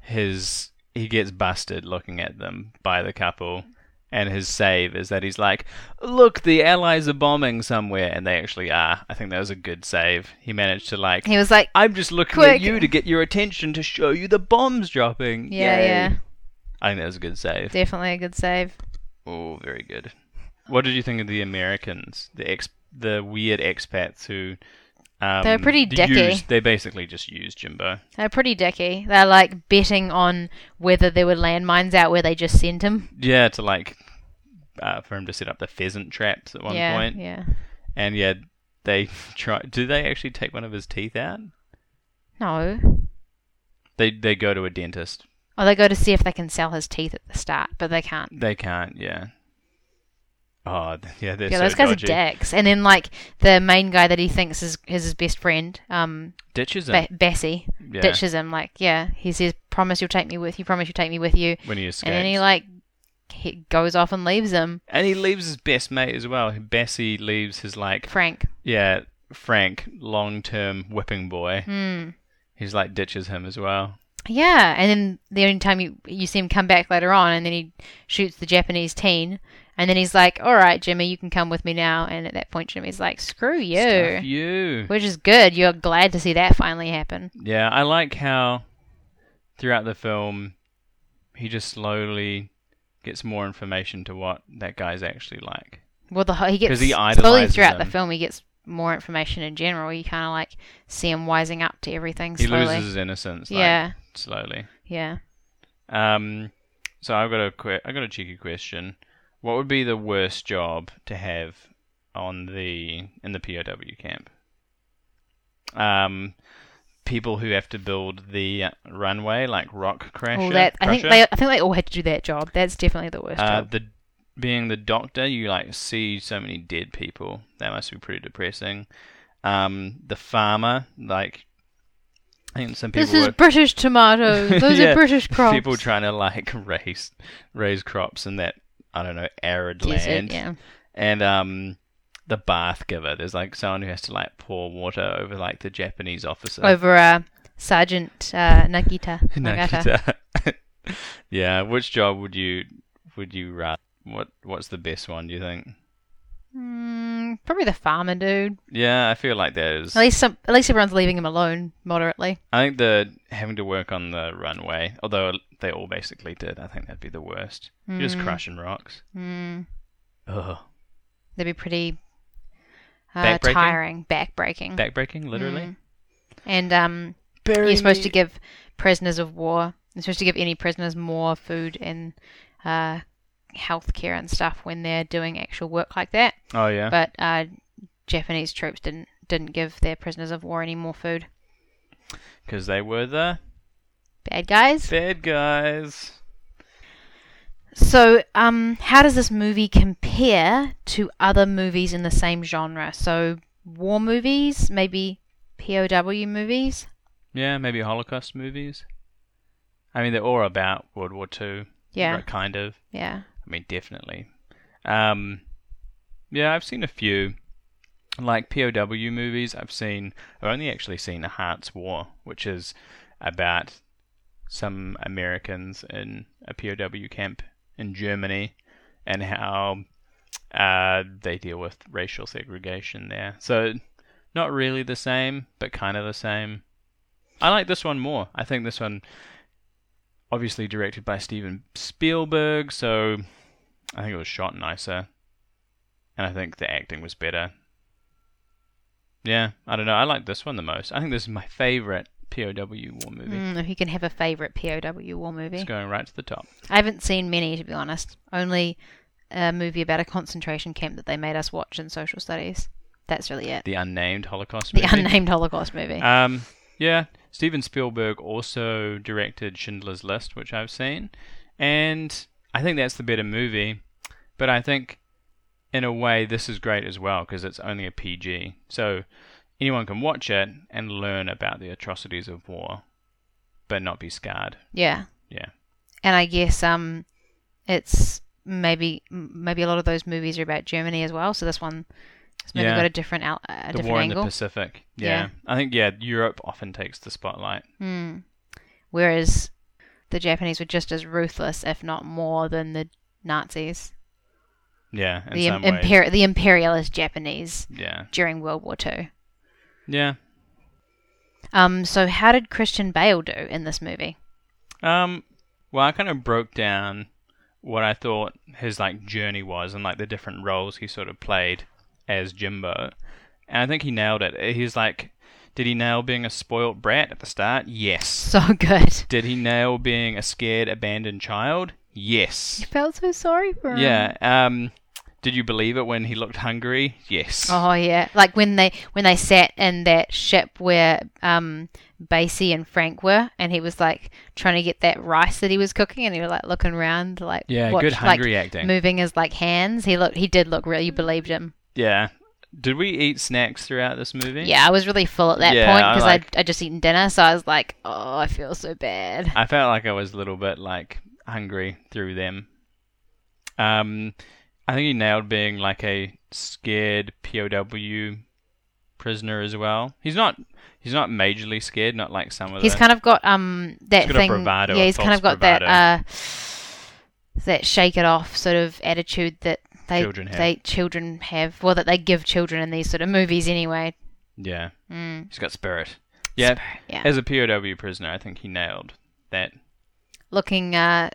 his he gets busted looking at them by the couple and his save is that he's like, Look, the allies are bombing somewhere and they actually are. I think that was a good save. He managed to like He was like, I'm just looking Quick. at you to get your attention to show you the bombs dropping. yeah, Yay. yeah, I think that was a good save. definitely a good save. Oh, very good. What did you think of the Americans, the ex, the weird expats who? Um, They're pretty d- dicky. used- they basically just used Jimbo. They're pretty dicky. They're like betting on whether there were landmines out where they just sent him. Yeah, to like uh, for him to set up the pheasant traps at one yeah, point. yeah. and yeah, they [laughs] try. Do they actually take one of his teeth out? No. They they go to a dentist. Oh, they go to see if they can sell his teeth at the start, but they can't. They can't. Yeah. Oh th- yeah, they're yeah, so those guys dodgy. are dicks. And then like the main guy that he thinks is, is his best friend, um, Ditches him. ba- Bessie, yeah, ditches him. Like, yeah, he says, "Promise you'll take me with you. Promise you'll take me with you." when he escapes. And then he like he goes off and leaves him. and he leaves his best mate as well. Bessie leaves his like Frank. Yeah, Frank, long term whipping boy. Hmm. He's like ditches him as well. Yeah, and then the only time you you see him come back later on, and then he shoots the Japanese teen, and then he's like, "All right, Jimmy, you can come with me now." And at that point, Jimmy's like, "Screw you," Stuff you. which is good. You're glad to see that finally happen. Yeah, I like how throughout the film he just slowly gets more information to what that guy's actually like. Well, the whole- he gets 'Cause he slowly idolizes throughout the him. film, he gets more information in general. You kind of like see him wising up to everything He slowly. loses his innocence, like, yeah, slowly. yeah. Um, so I've got a que- I've got a cheeky question. What would be the worst job to have on the in the POW camp? Um, people who have to build the runway, like rock crasher. Well, Oh, that I think crusher? they I think they all had to do that job. That's definitely the worst uh, job. the being the doctor, you like see so many dead people. That must be pretty depressing. Um, the farmer, like, I think some people This is were- [laughs] British tomatoes. Those Yeah, are British crops. People trying to like [laughs] raise raise crops in that I don't know arid Desert, land. yeah. And um, the bath giver. There's like someone who has to like pour water over like the Japanese officer. [laughs] over uh, Sergeant uh, Nagita. Nagata. Nagata. [laughs] yeah. Which job would you would you rather? What What's the best one? Do you think? Mm, probably the farmer dude. Yeah, I feel like there's. At least some, at least everyone's leaving him alone moderately. I think the having to work on the runway, although they all basically did. I think that'd be the worst. You're just Mm. crushing rocks. Mm, Ugh. they'd be pretty uh, Backbreaking? tiring, backbreaking, Backbreaking, literally. Mm. And um, Bury Hmm. you're supposed me. to give prisoners of war. You're supposed to give any prisoners more food and uh, health care and stuff when they're doing actual work like that. Oh yeah. But uh, Japanese troops didn't didn't give their prisoners of war any more food. because they were the Bad guys. bad guys. So, um, how does this movie compare to other movies in the same genre? So, war movies, maybe POW movies. Yeah, maybe Holocaust movies. I mean, they're all about World War Two. Yeah, right, kind of. yeah. I mean, definitely. Um, yeah, I've seen a few, like POW movies. I've seen. I've only actually seen Hearts War, which is about some Americans in a POW camp in Germany, and how uh, they deal with racial segregation there. So, not really the same, but kind of the same. I like this one more. I think this one, obviously directed by Steven Spielberg, so I think it was shot nicer, and I think the acting was better. Yeah, I don't know. I like this one the most. I think this is my favorite POW war movie. Mm, if you can have a favourite POW war movie. It's going right to the top. I haven't seen many, to be honest. Only a movie about a concentration camp that they made us watch in social studies. That's really it. The unnamed Holocaust The movie. unnamed Holocaust movie. Um, yeah, Steven Spielberg also directed Schindler's List, which I've seen, and I think that's the better movie. But I think, in a way, this is great as well because it's only a PG, so anyone can watch it and learn about the atrocities of war, but not be scarred. yeah. Yeah, And I guess um, it's maybe m- maybe a lot of those movies are about Germany as well. So this one has maybe Yeah. got a different out, a the different war in angle. the Pacific. Yeah. yeah, I think yeah, Europe often takes the spotlight. Mm. Whereas the Japanese were just as ruthless, if not more, than the Nazis. Yeah, in the some im- ways. imper- the imperialist Japanese yeah, during World War Two. yeah. Um, so how did Christian Bale do in this movie? [laughs] Um, well, I kind of broke down what I thought his like journey was and like the different roles he sort of played as Jimbo, and I think he nailed it. He's like, did he nail being a spoilt brat at the start? Yes. So good. Did he nail being a scared, abandoned child? Yes. Felt so sorry for him. Yeah. Um, did you believe it when he looked hungry? Yes. Oh yeah, like when they when they sat in that ship where um Basie and Frank were, and he was like trying to get that rice that he was cooking, and he was like looking around, like Yeah, watch- good like, hungry acting. moving his like hands. He looked, he did look real. You believed him. Yeah. Did we eat snacks throughout this movie? Yeah, I was really full at that Yeah, point I because like- I I just eaten dinner, so I was like, oh, I feel so bad. I felt like I was a little bit like hungry through them. Um, I think he nailed being like a scared POW prisoner as well. He's not. He's not majorly scared. Not like some of He's the. kind of got um that got a thing. bravado, yeah, a he's kind false of got bravado. that uh that shake it off sort of attitude that they Children have. they children have. Well, that they give children in these sort of movies anyway. yeah, Mm. he's got spirit. Yeah, Spur- yeah. as a POW prisoner, I think he nailed that. Looking uh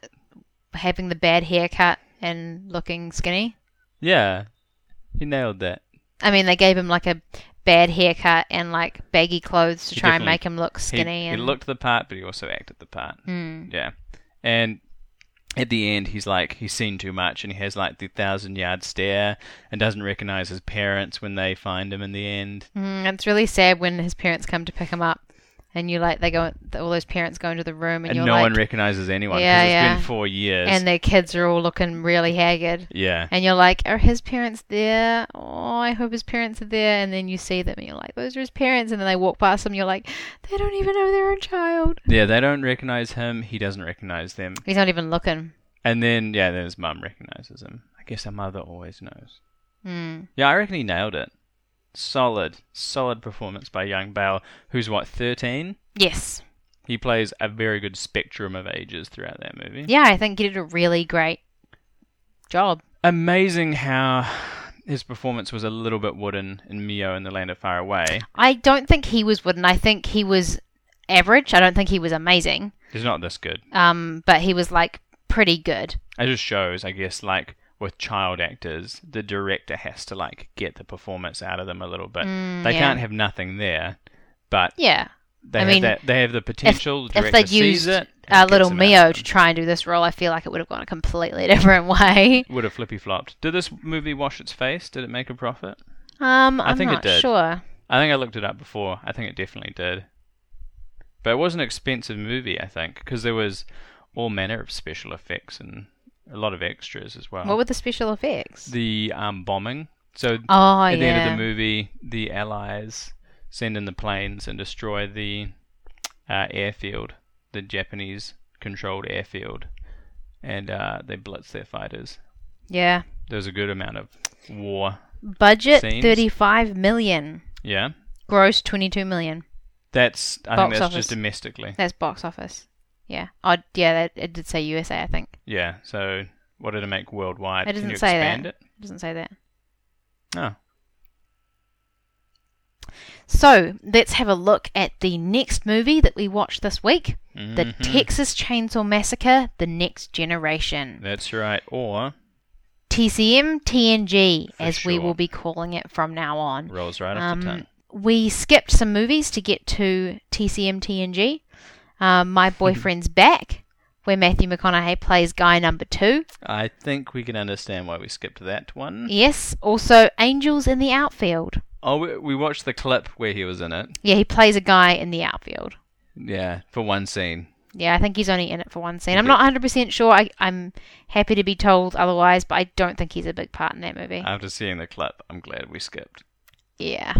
having the bad haircut and looking skinny. Yeah, he nailed that. I mean, they gave him like a bad haircut and like baggy clothes to He try and definitely- make him look He- skinny. He, and looked the part, but he also acted the part. Mm. Yeah, and at the end, he's like he's seen too much, and he has like the thousand yard stare, and doesn't recognize his parents when they find him in the end. Mm, it's really sad when his parents come to pick him up, and you like they go all those parents go into the room, and, And, you're no like, one recognizes anyone because Yeah, it's yeah. been four years. and their kids are all looking really haggard. yeah, And you're like, are his parents there? Oh, I hope his parents are there. And then you see them, and you're like, those are his parents. And then they walk past him, you're like, they don't even know their own child. yeah, they don't recognize him. He doesn't recognize them. He's not even looking. And then yeah, then his mum recognizes him. I guess her mother always knows. Mm. Yeah, I reckon he nailed it. Solid, solid performance by young Bale, who's what thirteen. Yes. He plays a very good spectrum of ages throughout that movie. Yeah, I think he did a really great job. amazing how his performance was a little bit wooden in Mio in the Land of Far Away. I don't think he was wooden. I think he was average. I don't think he was amazing. He's not this good. Um, but he was like pretty good. It just shows, I guess, like with child actors, the director has to like get the performance out of them a little bit. Mm, they yeah. can't have nothing there, but Yeah. they I have mean, that. They have the potential. the if director they'd sees used it. uh, little Mio Mio to try and do this role, I feel like it would have gone a completely [laughs] different way. would have flippy flopped. Did this movie wash its face? Did it make a profit? Um, I I'm think it not did. sure. I think I looked it up before. I think it definitely did. But it was an expensive movie, I think, because there was all manner of special effects and a lot of extras as well. What were the special effects? Oh. the um, bombing? So oh at the yeah. end of the movie, the Allies send in the planes and destroy the uh, airfield, the Japanese-controlled airfield, and uh, they blitz their fighters. Yeah. There was a good amount of war. Budget Scenes. 35 million. Yeah, Gross 22 million. that's I Box think that's office. just domestically. That's box office. Yeah. Oh, yeah, that, it did say USA, I think. Yeah. So what did it make worldwide? It Can doesn't you say that. expand it? Oh. It doesn't say that. No. So, let's have a look at the next movie that we watched this week The Mhm. Texas Chainsaw Massacre The Next Generation. That's right. Or TCM TNG, For as we sure. will be calling it from now on. rolls right off the Um, tongue. we skipped some movies to get to TCMTNG. Um, [laughs] My Boyfriend's Back, where Matthew McConaughey plays guy number two. I think we can understand why we skipped that one. Yes, also Angels in the Outfield. Oh, we, we watched the clip where he was in it. Yeah, he plays a guy in the outfield. Yeah, for one scene. Yeah, I think he's only in it for one scene. I'm not 100% sure. I, I'm happy to be told otherwise, but I don't think he's a big part in that movie. After seeing the clip, I'm glad we skipped. yeah.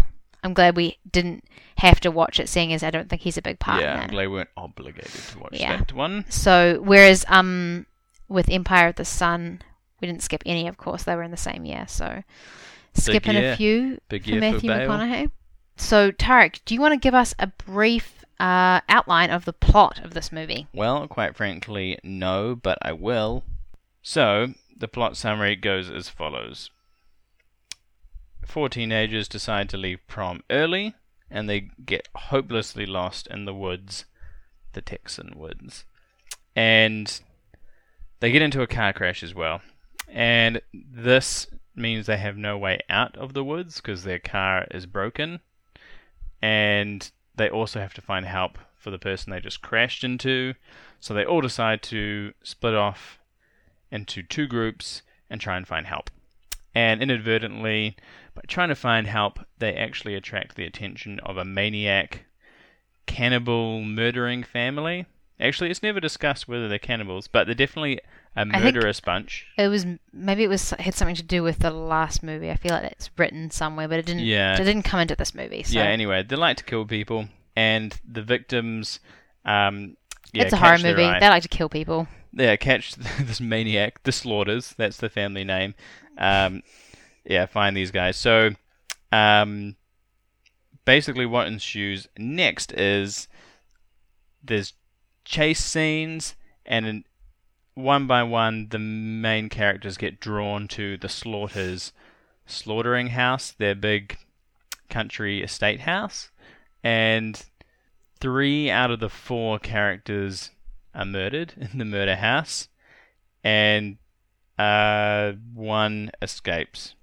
I'm glad we didn't have to watch it, seeing as I don't think he's a big part yeah, I'm in it. glad we weren't obligated to watch Yeah. that one. So, whereas um, with Empire of the Sun, we didn't skip any, of course. They were in the same year, so skipping year. a few Big for year for Matthew Bale. McConaughey. So, Tarek, do you want to give us a brief uh, outline of the plot of this movie? Well, quite frankly, no, but I will. So, the plot summary goes as follows Four teenagers decide to leave prom early, and they get hopelessly lost in the woods, the Texan woods. And they get into a car crash as well. And this means they have no way out of the woods because their car is broken. And they also have to find help for the person they just crashed into. So they all decide to split off into two groups and try and find help. And inadvertently, by trying to find help, they actually attract the attention of a maniac, cannibal, murdering family. Actually, it's never discussed whether they're cannibals, but they're definitely a think- murderous bunch. It was maybe it was had something to do with the last movie. I feel like it's written somewhere, but it didn't. Yeah. it didn't come into this movie. So Yeah, anyway, they like to kill people, and the victims. Um, yeah, it's a horror catch their movie. eye. They like to kill people. yeah, catch [laughs] this maniac, the Slaughters. That's the family name. Um, yeah, find these guys. So, um, basically, what ensues next is there's chase scenes, and in, one by one, the main characters get drawn to the Slaughters' slaughtering house, their big country estate house, and three out of the four characters are murdered in the murder house, and uh, one escapes.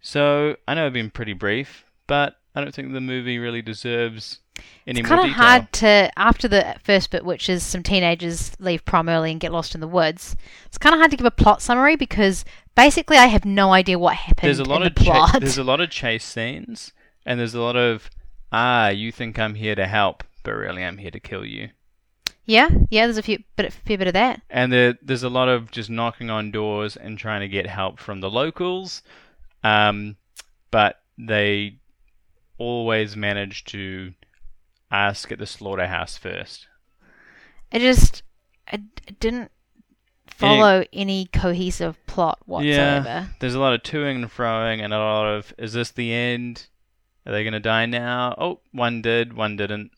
So I know I've been pretty brief, but I don't think the movie really deserves any It's more kind of detail. hard to after the first bit, which is some teenagers leave prom early and get lost in the woods. It's kind of hard to give a plot summary because basically I have no idea what happened. there's a lot in of the cha- plot. there's a lot of chase scenes, and there's a lot of ah, you think I'm here to help, but really I'm here to kill you. [laughs] yeah, yeah. There's a few, but a fair bit of that. And there, there's a lot of just knocking on doors and trying to get help from the locals, um, but they always manage to ask at the slaughterhouse first. It just it, it didn't follow any cohesive plot whatsoever. There's a lot of toing and froing and a lot of is this the end? Are they gonna die now? Oh, one did, one didn't.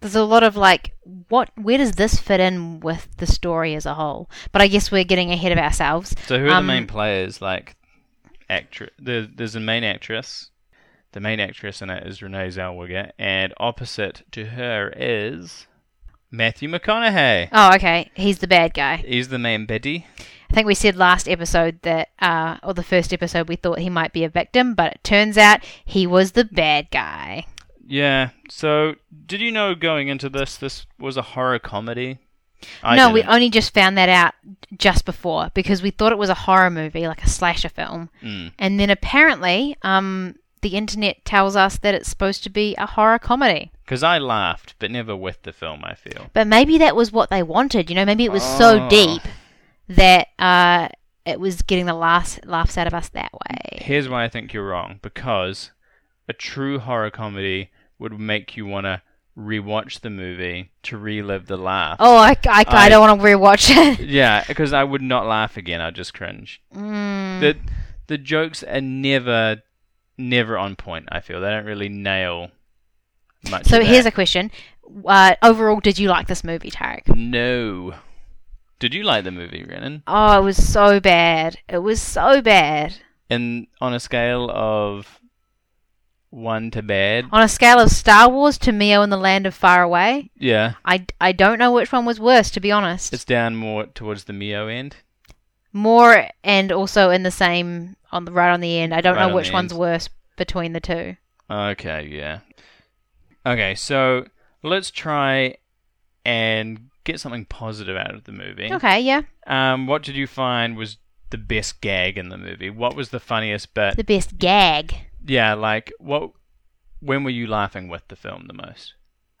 there's a lot of like what where does this fit in with the story as a whole but i guess we're getting ahead of ourselves So who are Um, the main players? Like, actress. There, there's a main actress. The main actress in it is Renee Zellweger, and opposite to her is Matthew McConaughey. oh okay he's the bad guy He's the main Betty. i think we said last episode that uh or the first episode we thought he might be a victim but it turns out he was the bad guy Yeah. So did you know going into this, this was a horror comedy? I no we didn't. only just found that out just before because we thought it was a horror movie like a slasher film Mm. and then apparently um the internet tells us that it's supposed to be a horror comedy Because I laughed, but never with the film. I feel. But maybe that was what they wanted. You know, maybe it was Oh. so deep that uh, it was getting the last laughs out of us that way. Here's why I think you're wrong. Because a true horror comedy would make you want to rewatch the movie to relive the laugh. Oh, I, I, I I- don't want to rewatch it. Yeah, because I would not laugh again. I'd just cringe. Mm, The the jokes are never, never on point. I feel they don't really nail much. so of here's a that. question: uh, Overall, did you like this movie, Tarek? no. Did you like the movie, Renan? Oh, it was so bad. It was so bad. And on a scale of one to bad, On a scale of Star Wars to Mio in the Land of Far Away, yeah, I, I don't know which one was worse, to be honest. it's down more towards the Mio end. More and also in the same on the right on the end. I don't Right know on which the one's end. worse between the two. Okay, yeah. Okay, so let's try and get something positive out of the movie. Okay, yeah. Um, what did you find was the best gag in the movie? What was the funniest bit? The best gag. yeah, like what? When were you laughing with the film the most?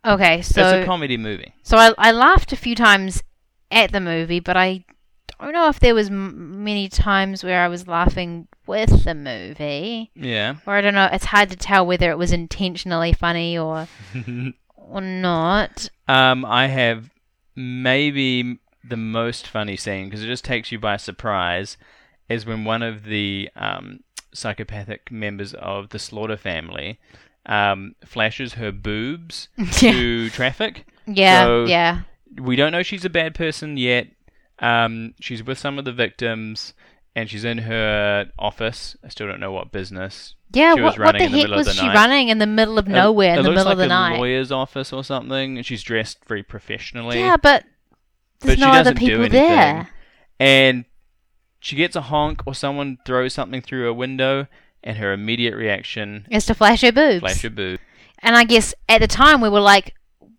Okay, it's a so comedy movie. so I, I laughed a few times at the movie, but I don't know if there was m- many times where I was laughing with the movie, Yeah. or I don't know. It's hard to tell whether it was intentionally [laughs] funny or or not. Um, I have maybe the most funny scene because it just takes you by surprise is when one of the um, psychopathic members of the Slaughter family um, flashes her boobs to traffic. Yeah, So- yeah, We don't know she's a bad person yet. Um, she's with some of the victims and she's in her office. I still don't know what business. yeah. she was What, what running the in the heck middle of was the she night. running in the middle of It- nowhere it in the looks middle like of the a night? lawyer's office or something, and she's dressed very professionally. Yeah, but But there's she no other doesn't do people anything. there. and she gets a honk or someone throws something through a window and her immediate reaction It's to flash her boobs. flash a boo And I guess at the time we were like,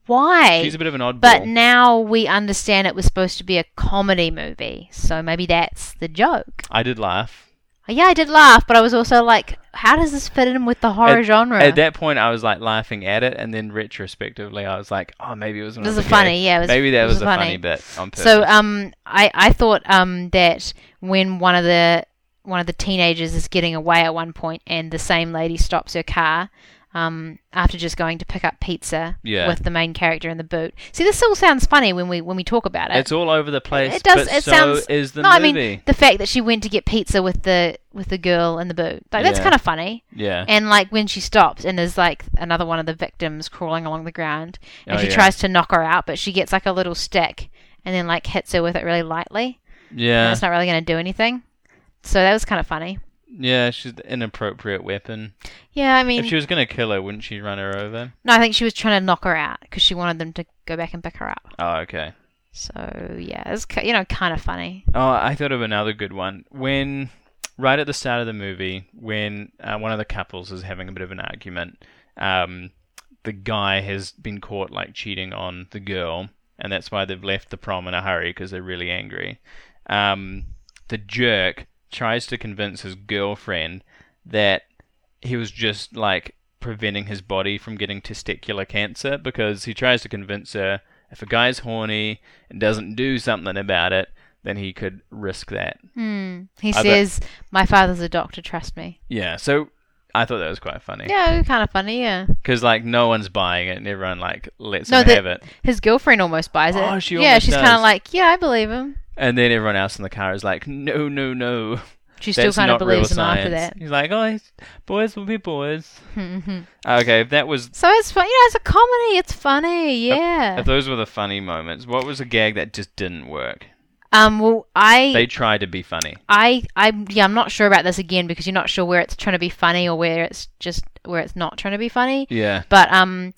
why? she's a bit of an oddball But now we understand it was supposed to be a comedy movie, so maybe that's the joke. i did laugh Yeah, I did laugh, but I was also like, how does this fit in with the horror At- genre? at that point i was like laughing at it and then retrospectively i was like oh maybe it was This is another funny, gag. yeah, it was- maybe it that was was, a funny. funny. bit on purpose so um, I, I thought um that when one of the one of the teenagers is getting away at one point, and the same lady stops her car. Um, after just going to pick up pizza Yeah. with the main character in the boot. See, this all sounds funny when we when we talk about it. it's all over the place it does. but it so sounds. is the no, movie I mean the fact that she went to get pizza with the with the girl in the boot. Like that's Yeah. kind of funny. yeah And like when she stops and there's like another one of the victims crawling along the ground, and Oh, she yeah. tries to knock her out, but she gets like a little stick and then like hits her with it really lightly. And yeah it's not really going to do anything. So that was kind of funny. yeah she's the inappropriate weapon Yeah, I mean, if she was gonna kill her wouldn't she run her over no, I think she was trying to knock her out because she wanted them to go back and pick her up. oh okay So yeah, it's ki- you know kind of funny. Oh, I thought of another good one. When right at the start of the movie, when uh, one of the couples is having a bit of an argument, um, the guy has been caught like cheating on the girl, and that's why they've left the prom in a hurry because they're really angry. Um, the jerk tries to convince his girlfriend that he was just like preventing his body from getting testicular cancer because he tries to convince her if a guy's horny and doesn't do something about it, then he could risk that. Hmm. He I bet- says, "My father's a doctor. Trust me." Yeah, so I thought that was quite funny Yeah, it was kind of funny. Yeah, because like no one's buying it and everyone like lets No, him the- have it, his girlfriend almost buys it. Oh, she yeah, almost she's kind of does. like, yeah, I believe him. and then everyone else in the car is like, no, no, no. She still that's kind of not real believes him after science. that. He's like, oh, it's- boys will be [laughs] boys. Mhm. Okay, if that was so it's fun. You know, it's a comedy. It's funny. Yeah. if those were the funny moments, what was a gag that just didn't work? Um. Well, I. They tried to be funny. I, I, yeah, I'm not sure about this again because you're not sure where it's trying to be funny or where it's just where it's not trying to be funny. Yeah. But um,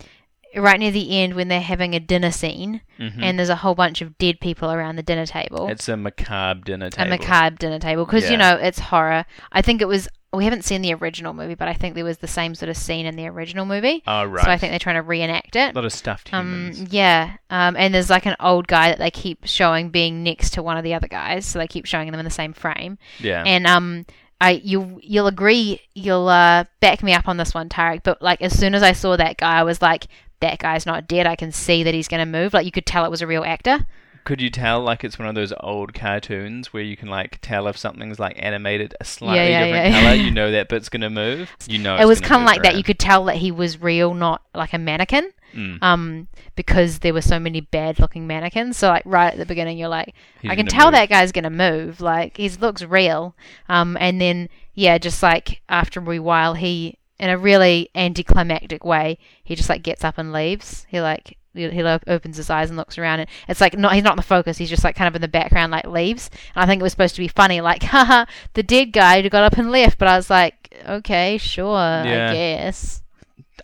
right near the end when they're having a dinner scene hmm and there's a whole bunch of dead people around the dinner table. It's a macabre dinner a table. macabre dinner table because you Yeah. know it's horror. I think it was we haven't seen the original movie, but I think there was the same sort of scene in the original movie. Oh, right. So I think they're trying to reenact it. a lot of stuffed Um, humans. yeah. Um, and there's like an old guy that they keep showing being next to one of the other guys, so they keep showing them in the same frame. yeah. And um, I you you'll agree you'll uh back me up on this one, Tarek. But like as soon as I saw that guy, I was like, that guy's not dead. I can see that he's gonna move. Like you could tell it was a real actor. Could you tell like it's one of those old cartoons where you can like tell if something's like animated a slightly yeah, different yeah, color? [laughs] yeah. You know that bit's gonna Oh, move. You know it was kind of like that. You could tell that he was real, not like a mannequin, Mm, um, because there were so many bad-looking mannequins. So like right at the beginning, you're like, I can tell that guy's gonna move. Like he looks real. Um, and then yeah, just like after a while, he in a really anticlimactic way, he just like gets up and leaves. He like he he lo- opens his eyes and looks around, and it's like not he's not in the focus. He's just like kind of in the background, like leaves. And I think it was supposed to be funny, like [laughs] haha, the dead guy who got up and left. But I was like, okay, sure, Yeah. I guess.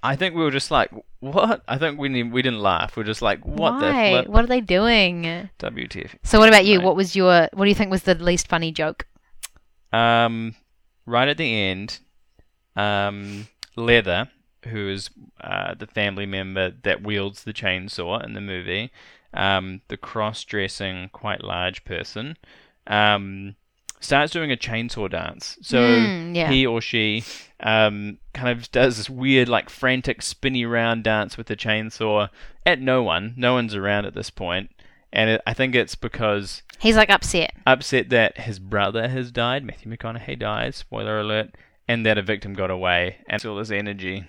I think we were just like, what? I think we need, we didn't laugh. We are just like, what Why? the flip? What are they doing? WTF? So what about you? Right. What was your? What do you think was the least funny joke? Um, right at the end, um, Leather, who is uh, the family member that wields the chainsaw in the movie, um, the cross dressing, quite large person, um, starts doing a chainsaw dance. So Mm, yeah. he or she um, kind of does this weird, like frantic, spinny round dance with the chainsaw at no one. No one's around at this point. And it, I think it's because He's like upset. upset that his brother has died, Matthew McConaughey dies, spoiler alert, and that a victim got away and it's all his energy.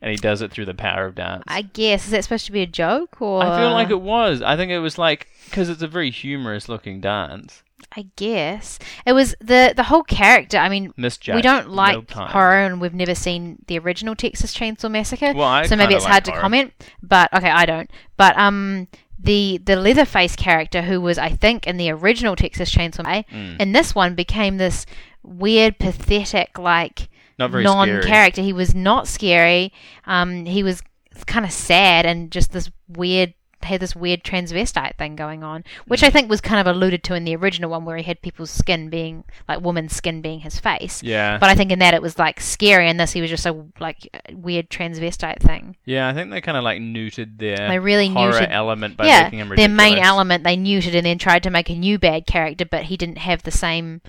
And he does it through the power of dance. I guess. Is that supposed to be a joke or? I feel like it was. I think it was like, because it's a very humorous looking dance. I guess it was the the whole character. I mean, Misjudged. we don't no like time. horror, and we've never seen the original Texas Chainsaw Massacre, Well, I so maybe kinda it's like hard horror. to comment. But okay, I don't. But um, the the Leatherface character, who was I think in the original Texas Chainsaw, Massacre, Mm. in this one became this weird, pathetic, like Not very scary. non-character. He was not scary. Um, he was kind of sad and just this weird had this weird transvestite thing going on, which Mm. I think was kind of alluded to in the original one where he had people's skin being like woman's skin being his face. Yeah. But I think in that it was like scary, and this he was just a like weird transvestite thing. yeah, I think they kind of like neutered their They really horror neutered- element by yeah, making him their ridiculous. main element they neutered and then tried to make a new bad character, but he didn't have the same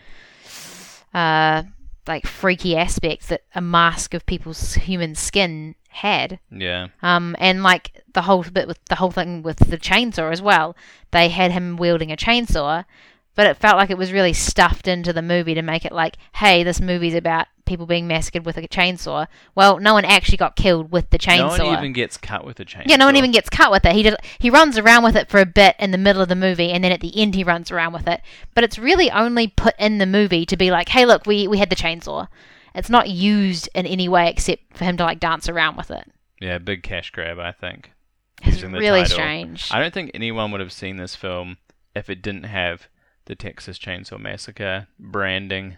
uh, like freaky aspects that a mask of people's human skin had. Yeah. Um, and like the whole bit with the whole thing with the chainsaw as well, they had him wielding a chainsaw, but it felt like it was really stuffed into the movie to make it like, hey, this movie's about people being massacred with a chainsaw. Well, no one actually got killed with the No chainsaw. one even gets cut with a chainsaw. yeah, no one even gets cut with it. He did, he runs around with it for a bit in the middle of the movie, and then at the end he runs around with it. But it's really only put in the movie to be like, hey, look, we we had the chainsaw. It's not used in any way except for him to like dance around with it. Yeah, big cash grab, I think. It's Using the really title. strange. I don't think anyone would have seen this film if it didn't have the Texas Chainsaw Massacre branding.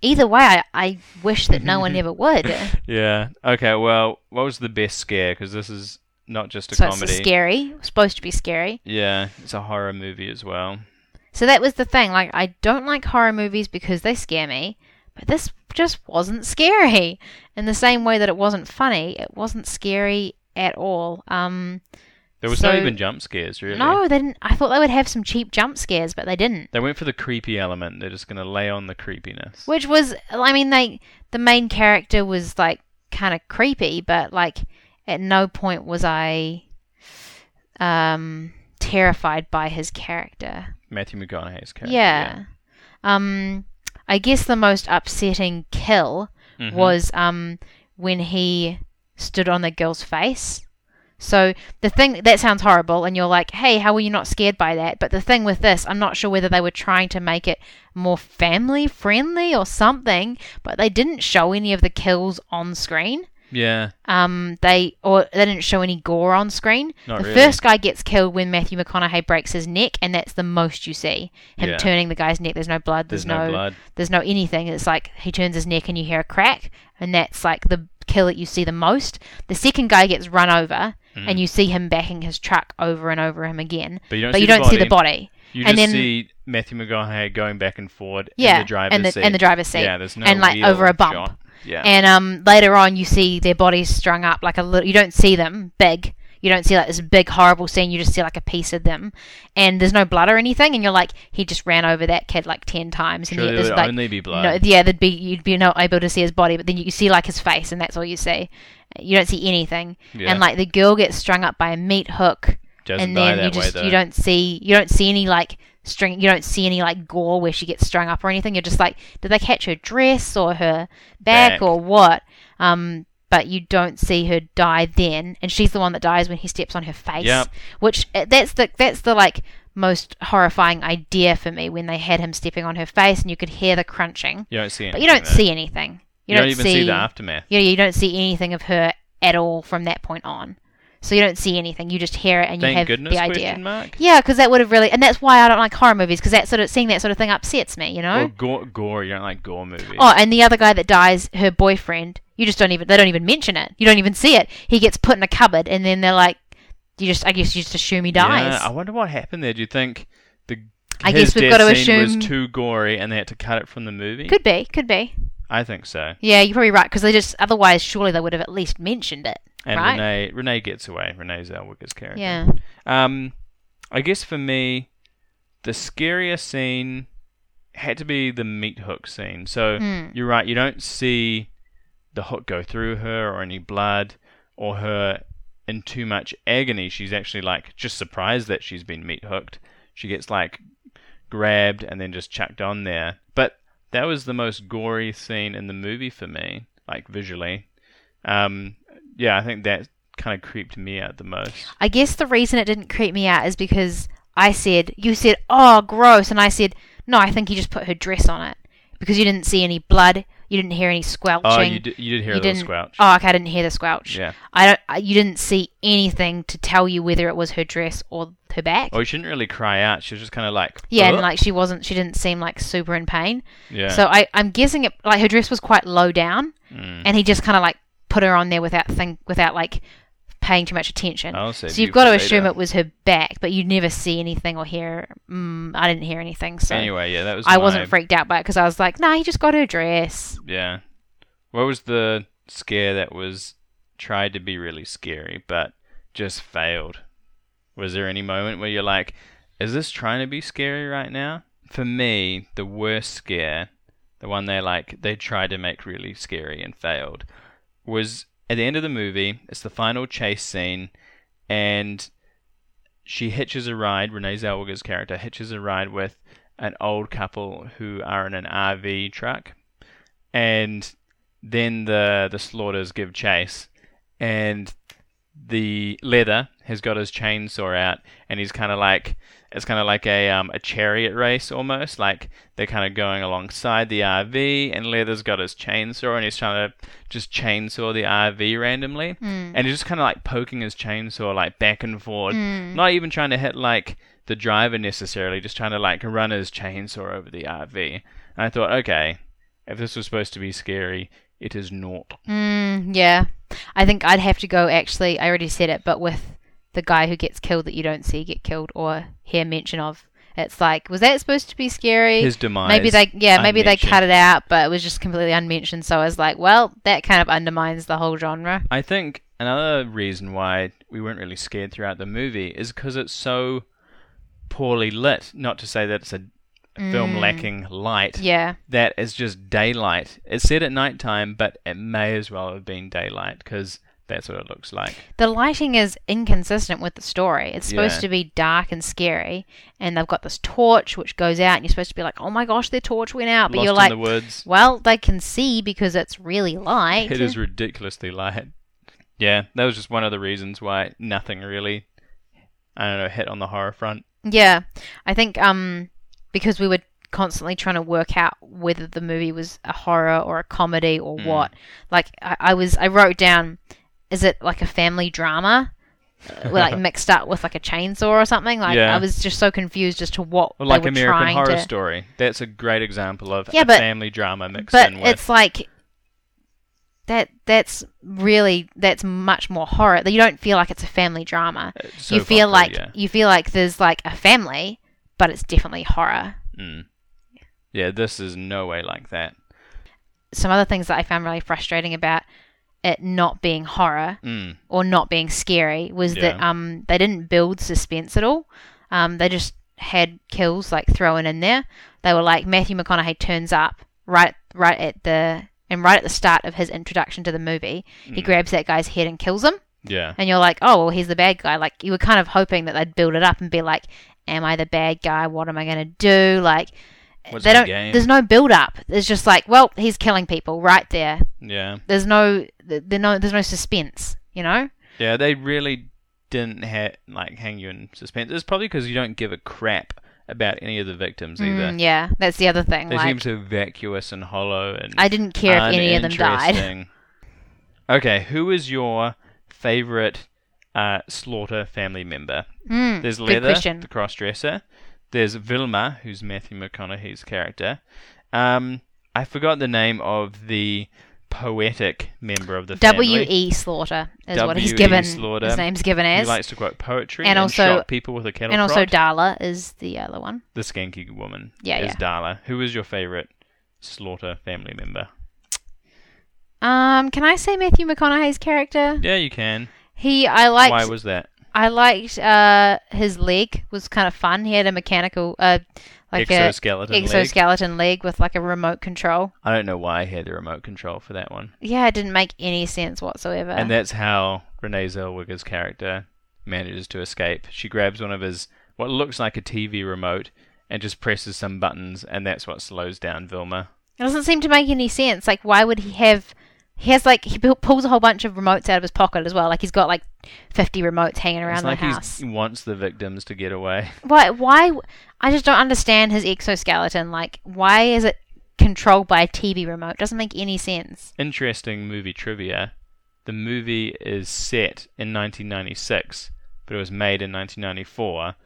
Either way, I, I wish that no [laughs] one ever would. Yeah. Okay. Well, what was the best scare? Because this is not just a [laughs] so comedy. it's scary. It's supposed to be scary. Yeah, it's a horror movie as well. So that was the thing. Like, I don't like horror movies because they scare me, but this just wasn't scary. In the same way that it wasn't funny, it wasn't scary at all. Um, There was So- not even jump scares really. no, they didn't. I thought they would have some cheap jump scares, but they didn't. They went for the creepy element. They're just gonna lay on the creepiness. Which was, I mean, like the main character was like kind of creepy, but like at no point was I um, terrified by his character. Matthew McConaughey's character. yeah. Um, I guess the most upsetting kill yeah. Mhm. was um when he stood on the girl's face. So the thing that sounds horrible, and you're like, "Hey, how were you not scared by that?" But the thing with this, I'm not sure whether they were trying to make it more family friendly or something, but they didn't show any of the kills on screen. Yeah. Um, they or they didn't show any gore on screen. Not the really. first guy gets killed when Matthew McConaughey breaks his neck, and that's the most you see him Yeah. turning the guy's neck. There's no blood. There's There's, no blood. There's no anything. It's like he turns his neck and you hear a crack, and that's like the kill that you see the most. The second guy gets run over, and you see him backing his truck over and over him again, But Mm-hmm. you don't but see the you don't see the body. body. You and just then- see Matthew McConaughey going back and forward Yeah, in the driver's and the- seat. and the driver's seat. Yeah, there's no And, like, wheel over a bump. shot. Yeah. And um, later on, you see their bodies strung up like a little. You don't see them big. You don't see like this big horrible scene. You just see like a piece of them, and there's no blood or anything. And you're like, he just ran over that kid like ten times, and Surely yet there there's would like only be blood. no, yeah, there'd be you'd be not able to see his body, but then you see like his face, and that's all you see. You don't see anything, Yeah. and like the girl gets strung up by a meat hook, Doesn't and die then that you way, just though. you don't see you don't see any like string, you don't see any like gore where she gets strung up or anything. You're just like, did they catch her dress or her back, Back. or what? Um, but you don't see her die then, and she's the one that dies when he steps on her face. Yep. Which uh, that's the that's the like most horrifying idea for me when they had him stepping on her face and you could hear the crunching. You don't see anything. But you don't though. see anything. You, You don't, don't even see, see the aftermath. Yeah, you don't see anything of her at all from that point on. So you don't see anything. You just hear it and you Thank have goodness? the Question idea. mark. Yeah, because that would have really, and that's why I don't like horror movies because that sort of seeing that sort of thing upsets me. You know. Or gore, gore. You don't like gore movies. Oh, and the other guy that dies, her boyfriend, you just don't even they don't even mention it. You don't even see it. He gets put in a cupboard and then they're like you just I guess you just assume he dies. Yeah, I wonder what happened there. Do you think the I his guess we've death gotta scene was assume- too gory and they had to cut it from the movie? could be, could be. I think so. Yeah, you're probably right because they just otherwise surely they would have at least mentioned it, And right? Renee Renee gets away. Renee Zellweger's character. yeah, Um, I guess for me, the scariest scene had to be the meat hook scene. So Mm. you're right. You don't see the hook go through her or any blood or her in too much agony. She's actually like just surprised that she's been meat hooked. She gets like grabbed and then just chucked on there. But that was the most gory scene in the movie for me, like visually. Um, yeah, I think that kind of creeped me out the most. I guess the reason it didn't creep me out is because I said you said oh gross, and I said no, I think he just put her dress on it because you didn't see any blood, you didn't hear any squelching. Oh, you did, you did hear a you little didn't- squelch. Oh, okay, I didn't hear the squelch. Yeah. I don't. I, you didn't see anything to tell you whether it was her dress or her back. Well, she didn't Oh, really cry out. She was just kind of like, yeah, and "Ugh." like she wasn't. She didn't seem like super in pain. yeah. So I, I'm guessing it. Like her dress was quite low down, Mm. and he just kind of like put her on there without think without like paying too much attention. I'll say so you've got to beautiful assume data. it was her back, but you never see anything or hear. Mm, I didn't hear anything, so Anyway, yeah, that was. I my- wasn't freaked out by it because I was like, "Nah, he just got her dress." Yeah. What was the scare that was tried to be really scary but just failed? Was there any moment where you're like, is this trying to be scary right now? For me, the worst scare, the one they like they tried to make really scary and failed, was at the end of the movie, it's the final chase scene and she hitches a ride, Renee Zellweger's character hitches a ride with an old couple who are in an RV truck and then the the slaughters give chase, and the leather has got his chainsaw out, and he's kind of like it's kind of like a um, a chariot race almost, like they're kind of going alongside the RV, and leather's got his chainsaw, and he's trying to just chainsaw the RV randomly, and he's just kind of like poking his chainsaw like back and forth, not even trying to hit like the driver necessarily, just trying to like run his chainsaw over the RV. And I thought, okay, if this was supposed to be scary, it is not. Mm, yeah. I think I'd have to go actually, I already said it, but with the guy who gets killed that you don't see get killed or hear mention of. It's like, was that supposed to be scary? His demise. maybe they yeah, maybe they unmentioned. cut it out, but it was just completely unmentioned, so I was like, well, that kind of undermines the whole genre. I think another reason why we weren't really scared throughout the movie is because it's so poorly lit. Not to say that it's a film lacking light. Mm. Yeah. That is just daylight. It's set at nighttime, but it may as well have been daylight because that's what it looks like. The lighting is inconsistent with the story. It's supposed Yeah. to be dark and scary, and they've got this torch which goes out, and you're supposed to be like, "Oh my gosh, their torch went out!" But Lost you're in like, the woods. "Well, they can see because it's really light." It is ridiculously light. Yeah, that was just one of the reasons why nothing really, I don't know, hit on the horror front. Yeah, I think um because we were constantly trying to work out whether the movie was a horror or a comedy or Mm. what. Like I, I was, I wrote down, is it like a family drama, [laughs] Uh, like mixed up with like a chainsaw or something? Like Yeah. I was just so confused as to what Well, like they were American trying Horror to. Story. That's a great example of Yeah, a but- family drama mixed But in with. it's like that. That's really that's much more horror. You don't feel like it's a family drama. It's you soap feel opera, like yeah. you feel like there's like a family, but it's definitely horror. Mm. yeah, this is no way like that. some other things that I found really frustrating about it not being horror Mm. or not being scary was that Yeah. um they didn't build suspense at all. Um, they just had kills like thrown in there. They were like Matthew McConaughey turns up right right at the and right at the start of his introduction to the movie, he grabs that guy's head and kills him. Yeah, And you're like, oh well, he's the bad guy. Like you were kind of hoping that they'd build it up and be like, am I the bad guy? What am I gonna do? Like What's they the don't. game? There's no build up. It's just like, well, he's killing people right there. yeah, There's no, th- there no, there's no suspense. You know? yeah. They really didn't ha- like hang you in suspense. It's probably because you don't give a crap about any of the victims either. Mm, yeah, that's the other thing. They like, seem so vacuous and hollow and I didn't care if any of them died. Uninteresting. Okay, who is your favorite uh, slaughter family member? Mm, There's good Leather, question. the crossdresser. There's Vilma, who's Matthew McConaughey's character. Um, I forgot the name of the poetic member of the family. W. E. Slaughter is what he's W.E. given. Slaughter. His name's given He as, likes to quote poetry And and, also- shot people with a kettle and also prod. Darla is the other one. the skanky woman Yeah, is yeah. Darla. Who is your favorite slaughter family member? Um, can I say Matthew McConaughey's character? Yeah, you can. He, I liked, Why was that? I liked uh, his leg was kind of fun. He had a mechanical, uh, like a Exoskeleton. leg. exoskeleton leg with like a remote control. I don't know why he had the remote control for that one. Yeah, it didn't make any sense whatsoever. And that's how Renee Zellweger's character manages to escape. She grabs one of his what looks like a TV remote and just presses some buttons, and that's what slows down Vilma. It doesn't seem to make any sense. Like, why would he have? He has like he pu- pulls a whole bunch of remotes out of his pocket as well. Like he's got like fifty remotes hanging around it's like the house. he wants the victims to get away. Why? Why? I just don't understand his exoskeleton. Like, why is it controlled by a TV remote? Doesn't make any sense. Interesting movie trivia. The movie is set in 1996, but it was made in 1994.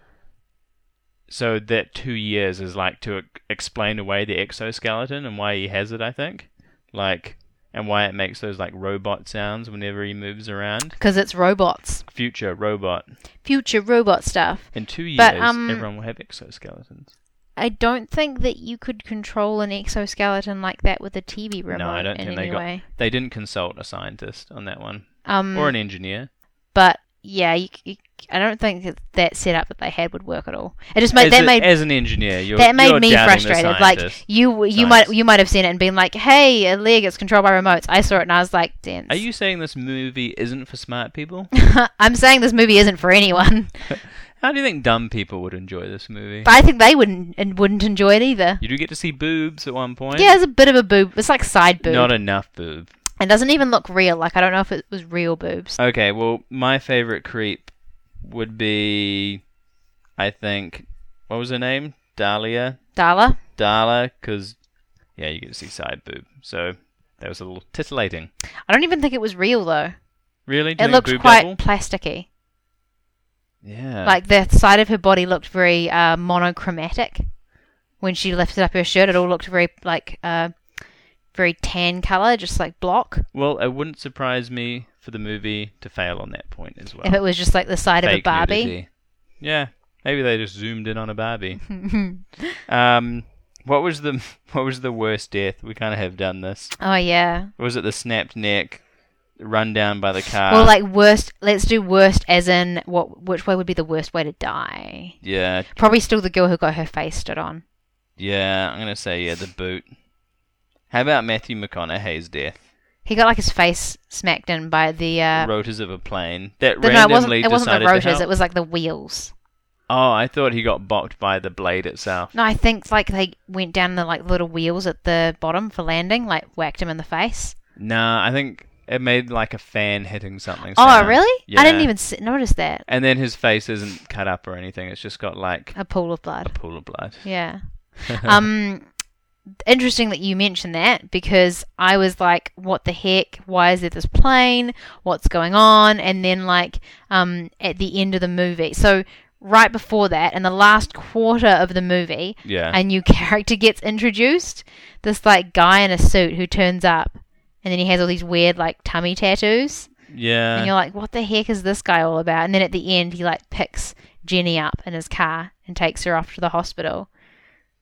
So that two years is like to e- explain away the exoskeleton and why he has it, I think. Like, and why it makes those like robot sounds whenever he moves around. Because it's robots, Future robot. future robot stuff. In two years, But, um, everyone will have exoskeletons. I don't think that you could control an exoskeleton like that with a TV remote No, I don't in think any they got. way. They didn't consult a scientist on that one Um, or an engineer. but yeah, you, you, I don't think that, that setup that they had would work at all. It just made as, that a- made as an engineer, you're, that made you're me doubting the frustrated. Like scientist. you, you might Science. you might have seen it and been like, "Hey, a leg, it's controlled by remotes." I saw it and I was like, "Dense." are you saying this movie isn't for smart people? [laughs] I'm saying this movie isn't for anyone, How do you think dumb people would enjoy this movie? but I think they wouldn't and wouldn't enjoy it either. You do get to see boobs at one point. Yeah, it's a bit of a boob. It's like side boob. Not enough boob. it doesn't even look real. Like I don't know if it was real boobs. Okay, well, my favorite creep would be, I think, what was her name? Dahlia. Darla, Darla, because yeah, you get to see side boob. So that was a little titillating. I don't even think it was real though. Really? Do It you think looked boob quite double? plasticky. Yeah. Like the side of her body looked very uh, monochromatic. When she lifted up her shirt, it all looked very like uh, very tan color, just like block. well, it wouldn't surprise me for the movie to fail on that point as well. if it was just like the side of a Fake Barbie, nudity. Yeah, maybe they just zoomed in on a [laughs] Barbie. um, what was the [laughs] what was the worst death? We kind of have done this. oh yeah. Was it the snapped neck, run down by the car? well, like worst. Let's do worst as in what? Which way would be the worst way to die? yeah, Probably still the girl who got her face stood on. yeah. I'm gonna say yeah, the boot. How about Matthew McConaughey's death? He got like his face smacked in by the. Uh, rotors of a plane that the- no, it wasn't. randomly It wasn't the decided to rotors. help. It was like the wheels. Oh, I thought he got bopped by the blade itself. No, I think like they went down the like little wheels at the bottom for landing, like whacked him in the face. Nah, I think it made like a fan hitting something. Oh, sound. really? Yeah. I didn't even s notice that. And then his face isn't cut up or anything. It's just got like A pool of a blood. pool of blood. Yeah. um interesting that you mentioned that because I was like what the heck why is there this plane what's going on and then like um at the end of the movie so right before that in the last quarter of the movie Yeah. a new [laughs] character gets introduced this like guy in a suit who turns up and then he has all these weird like tummy tattoos and yeah. you're like what the heck is this guy all about and then at the end he like picks Jenny up in his car and takes her off to the hospital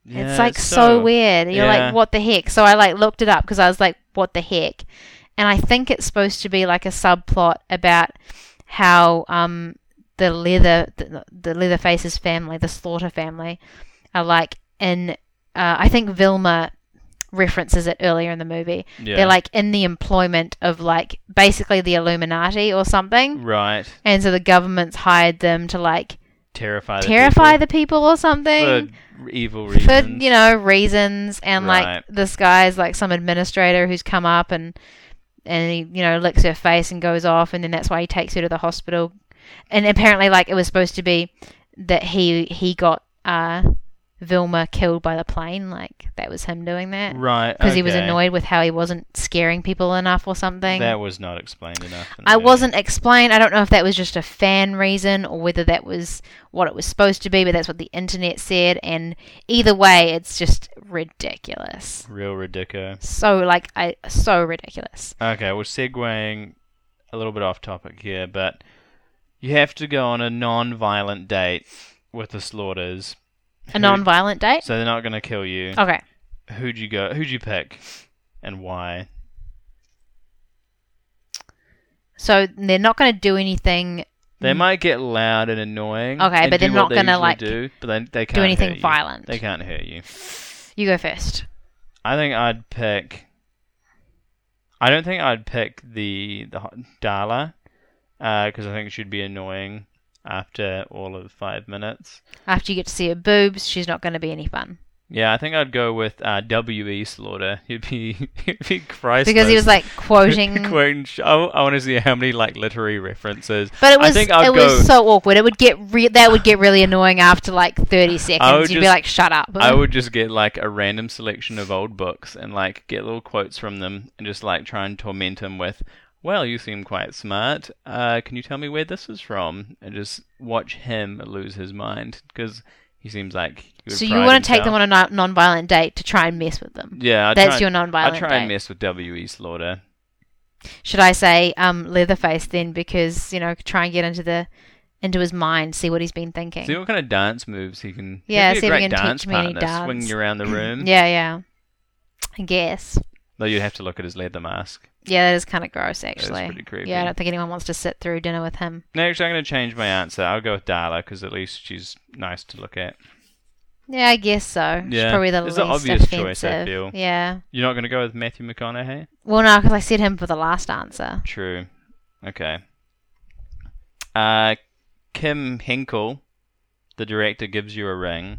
yeah, it's like so, weird. You're yeah. like, what the heck? So I like looked it up because I was like, what the heck? And I think it's supposed to be like a subplot about how um, the leather the, the Leatherface's family, the Slaughter family, are like in. Uh, I think Vilma references it earlier in the movie. Yeah. They're like in the employment of like basically the Illuminati or something, right. and so the government's hired them to like Terrify the terrify people the people or something for evil for reasons. you know reasons and Right. like this guy's like some administrator who's come up and and he you know licks her face and goes off and then that's why he takes her to the hospital and apparently like it was supposed to be that he he got uh Vilma killed by the plane like that was him doing that because right. he was okay. annoyed with how he wasn't scaring people enough or something That was not explained enough. in I the movie. wasn't explained. I don't know if that was just a fan reason or whether that was what it was supposed to be, but that's what the internet said. And either way, it's just ridiculous. real ridiculous. So like, I so ridiculous. Okay, we're segueing a little bit off topic here, but you have to go on a non-violent date with the slaughters. A non-violent date. So they're not Oh. going to kill you. Okay. Who'd you go? Who'd you pick, and why? So they're not going to do anything, They might get loud and annoying. Mm-hmm. Okay, and but do they're what not they gonna, usually like, do, but they, they can't do hurt anything you. violent. They can't hurt you. You go first. I think I'd pick. I don't think I'd pick the the ho- Dala, because I think she'd be annoying after all of five minutes. After you get to see her boobs, she's not going to be any fun. Yeah, I think I'd go with uh, W. E. Slaughter. [laughs] He'd be he'd be Christ Because he was like [laughs] quoting. Quoting, sh- I, want to see how many like literary references. But it was I think I'd it go, was so awkward. It would get re- that would get really annoying after like thirty seconds. You'd be just- like, "Shut up!" I would just get like a random selection of old books and like get little quotes from them and just like try and torment him with, "Well, you seem quite smart. Uh, can you tell me where this is from?" And just watch him lose his mind because he seems like. He would so you pride want to take himself- them on a non- non-violent date to try and mess with them. Yeah, I'd That's try, your non-violent I try and date. mess with W. E. Slaughter. Should I say um, Leatherface then? Because you know, try and get into the into his mind, see what he's been thinking. See what kind of dance moves he can. Yeah, he'd be see a if he great can teach dance me any partner, dance. swinging you [clears throat] around the room. yeah, yeah. I guess. Though you'd have to look at his leather mask. Yeah, that is kind of gross, actually. pretty creepy. Yeah, I don't think anyone wants to sit through dinner with him. No, actually, I'm going to change my answer. I'll go with Darla because at least she's nice to look at. Yeah, I guess so. She's Yeah, probably the it's least an obvious offensive. choice, I feel. Yeah. You're not going to go with Matthew McConaughey? Well, no, because I said him for the last answer. True. Okay. Uh, Kim Hinkle, the director, gives you a ring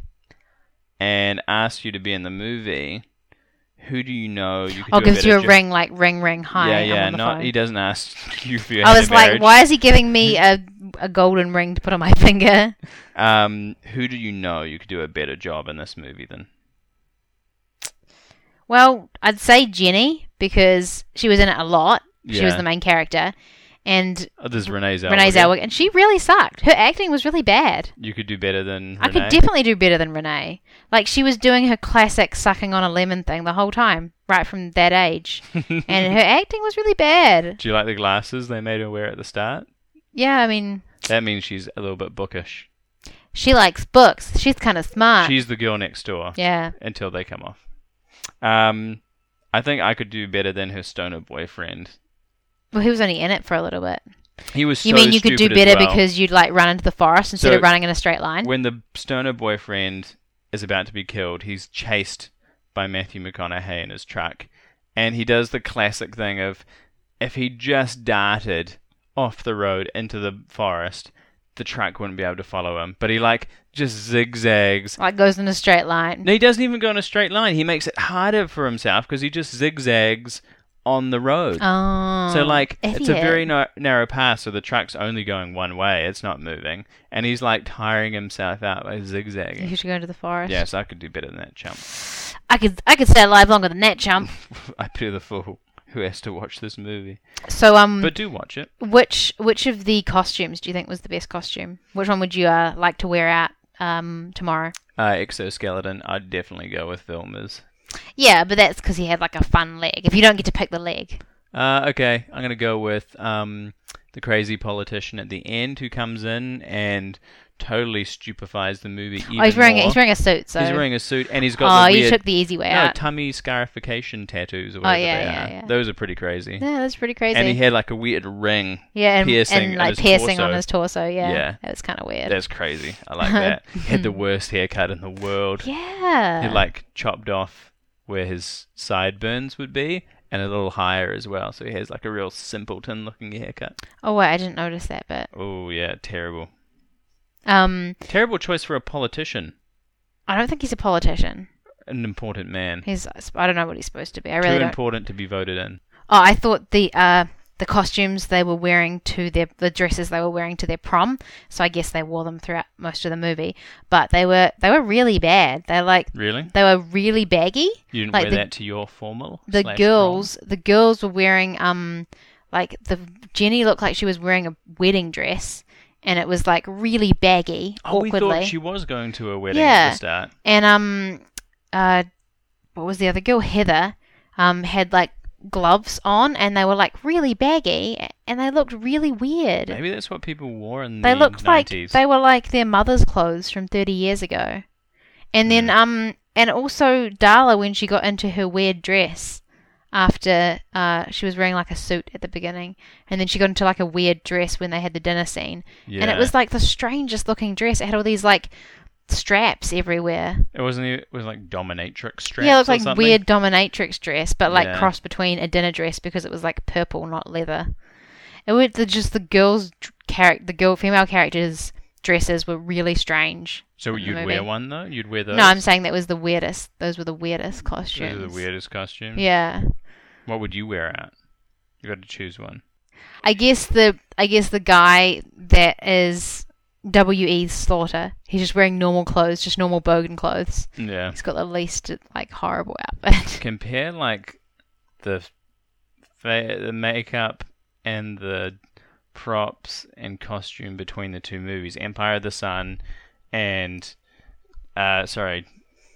and asks you to be in the movie. Who do you know? You could Oh, do gives you better a jo- ring like ring ring hi. Yeah, I'm yeah. on the Not phone. he doesn't ask [laughs] you for your I hand was in like, marriage. Mm-hmm. why is he giving me a a golden ring to put on my [laughs] finger? Um, who do you know? You could do a better job in this movie than Well, I'd say Jenny because she was in it a lot. She was Yeah. the main character, and oh, this is Renee Zellweger. Renee Zellweger, and she really sucked. Her acting was really bad. You could do better than I could Renee? definitely do better than Renee. Like she was doing her classic sucking on a lemon thing the whole time, right from [laughs] that age, and her acting was really bad. Do you like the glasses they made her wear at the start? Yeah, I mean, That means she's a little bit bookish. she likes books. She's kind of smart. She's the girl next door yeah. until they come off. Um, I think I could do better than her stoner boyfriend. Well, he was only in it for a little bit. He was. You so mean you could do stupid as better well. because you'd like run into the forest instead So- of running in a straight line? when the stoner boyfriend is about to be killed, he's chased by Matthew McConaughey in his truck, and he does the classic thing of if he just darted off the road into the forest, the truck wouldn't be able to follow him. But he like just zigzags. Like goes in a straight line. No, he doesn't even go in a straight line. He makes it harder for himself because he just zigzags on the road. Oh. So like it's a idiot. very nar- narrow path, so the truck's only going one way. It's not moving, and he's like tiring himself out by zigzagging. You should go into the forest. Yes, I could do better than that chump. [laughs] I could I could stay alive longer than that chump. I pity the fool who has to watch this movie. So um But do watch it. which which of the costumes do you think was the best costume? Which one would you uh, like to wear out um tomorrow? Uh, Exoskeleton, I'd definitely go with Vilmers. Yeah, but that's because he had like a fun leg. If you don't get to pick the leg, Uh, okay, I'm gonna go with um, the crazy politician at the end who comes in and totally stupefies the movie. Even oh, he's wearing more. he's wearing a suit. So He's wearing a suit and he's got oh, the you weird took the easy way no, out. Oh, tummy scarification tattoos or whatever yeah, they yeah, are. yeah. Those are pretty crazy. yeah, that's pretty crazy. And he had like a weird ring. yeah, and, piercing and on like his piercing on torso. his torso. Yeah, Yeah. that was kind of weird. That's crazy. I [laughs] like that. he had the worst haircut in the world. Hmm. yeah, He like chopped off where his sideburns would be and a little higher as well. So he has like a real simpleton looking haircut. oh wait, I didn't notice that, but Oh yeah, terrible. um, Terrible choice for a politician. I don't think he's a politician. An important man. He's I don't know what he's supposed to be. I really Too don't. important to be voted in. Oh, I thought the uh, the costumes they were wearing to their the dresses they were wearing to their prom. So I guess they wore them throughout most of the movie. But they were they were really bad. They like Really? they were really baggy. You didn't Like wear the- that to your formal? The slash girls the girls were wearing um like the Jenny looked like she was wearing a wedding dress, and it was like really baggy, prom? Oh, we awkwardly. thought she was going to a wedding at Yeah. the start. And um, uh, what was the other girl? Heather um had like gloves on, and they were like really baggy, and they looked really weird. Maybe that's what people wore in they the looked 90s. like they were like their mother's clothes from thirty years ago. And then um, and also Darla when she got into her weird dress, after uh, she was wearing like a suit at the beginning, and then she got into like a weird dress when they had the dinner scene, and Yeah. it was like the strangest looking dress. It had all these like straps everywhere. It wasn't. e, It was like dominatrix straps. yeah, it looked or like something. weird dominatrix dress, but like Yeah. crossed between a dinner dress because it was like purple, not leather. It was the, just the girls' character, the girl female characters' dresses were really strange. So in the you'd movie. wear one though. You'd wear those. No, I'm saying that was the weirdest. Those were the weirdest Those costumes. are the weirdest costumes. Yeah. What would you wear out? You got to choose one. I guess the I guess the guy that is W.E. Slaughter, he's just wearing normal clothes, just normal Bogan clothes. Yeah. He's got the least like horrible outfit. [laughs] Compare like the fa- the makeup and the props and costume between the two movies, Empire of the Sun and uh sorry,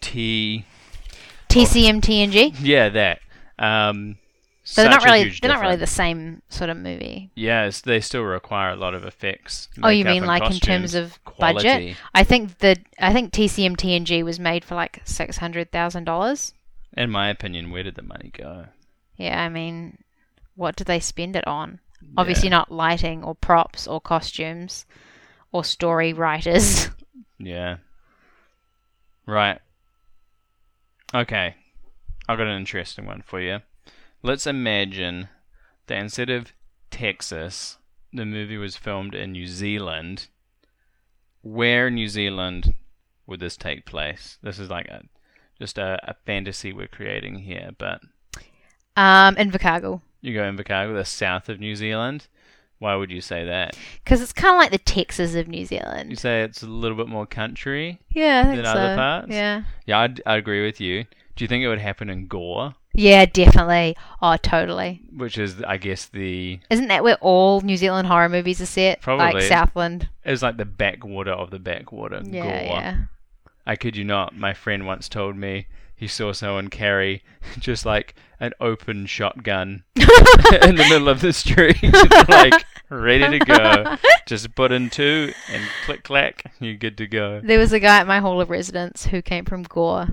T Oh. TCMTNG. yeah, that. Um So they're not such a really huge they're not really the difference. same sort of movie. Yes, they still require a lot of effects. Oh, you makeup mean and like in costumes, terms of budget? quality, I think the I think TCMTNG was made for like six hundred thousand dollars. In my opinion, where did the money go? Yeah, I mean, what do they spend it on? Obviously not lighting or props or costumes or story writers. [laughs] Yeah. Right. Okay. I've got an interesting one for you. Let's imagine that instead of Texas, the movie was filmed in New Zealand. Where in New Zealand would this take place? This is like a just a, a fantasy we're creating here, but Um, Invercargill. you go Invercargill, the south of New Zealand. Why would you say that? Because it's kind of like the Texas of New You Zealand. say it's a little bit more country. Yeah, I think Than so. other parts? Yeah. Yeah, I'd, I agree with you. Do you think it would happen in Gore? Yeah, definitely. Oh, totally. which is I guess the Isn't that where all New Zealand horror movies are set? Like Probably. Southland. it's like the backwater of the backwater. Yeah, gore. yeah. I kid you not, my friend once told me he saw someone carry [laughs] just like an open shotgun [laughs] in the middle of the street, [laughs] like ready to go. [laughs] Just put in two and click clack, you're good to go. There was a guy at my hall of residence who came from Gore.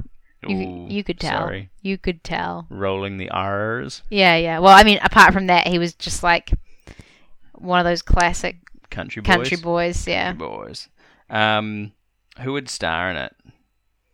You, Ooh, you could tell. Sorry, You could tell. rolling the R's, Yeah, yeah. Well, I mean, apart from that, he was just like one of those classic country boys. country boys. Yeah. Country boys. Um, who would star in it?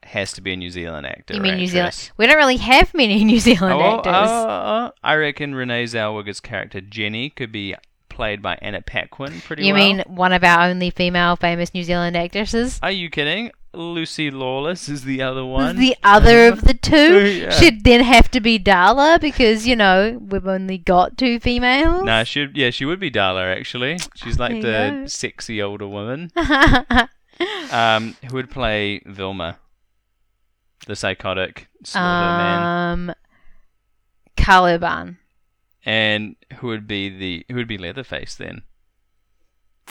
Has to be a New Zealand actor. You or mean New actress. Zealand? We don't really have many [laughs] New Zealand Oh, actors. oh, oh, I reckon Renee Zellweger's character Jenny could be played by Anna Paquin pretty you well. mean one of our only female famous New Zealand actresses? Are you kidding? Lucy Lawless is the other one. The other of [laughs] the two Yeah. should then have to be Darla because you know we've only got two females. [laughs] Nah, she yeah, she would be Darla actually. She's like There you the go. sexy older [laughs] woman. Um, who would play Vilma, the psychotic slaughter man, um, Caliban. and who would be the who would be Leatherface then?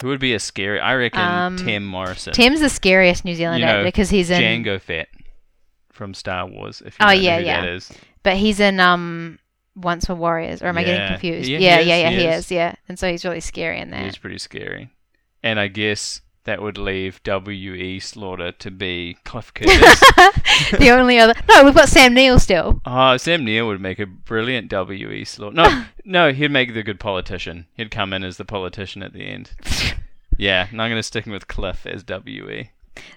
Who would be a scary? I reckon Um, Tim Morrison. Tim's the scariest New Zealand You know, actor because he's in, Django Fett from Star Wars. If you Oh, don't know yeah, who yeah. that is. but he's in um, Once Were Warriors, or am I getting Yeah. confused? Yeah, he yeah, is, yeah, yeah, he he is. is, yeah. And so he's really scary in It that. is pretty scary. And I guess that would leave W.E. Slaughter to be [laughs] Cliff Curtis. the only other no, we've got Sam Neill still. oh, Sam Neill would make a brilliant W.E. Slaughter. No, no, he'd make the good politician. He'd come in as the politician at the [laughs] end. Yeah, and I'm going to stick him with Cliff as E. W.E.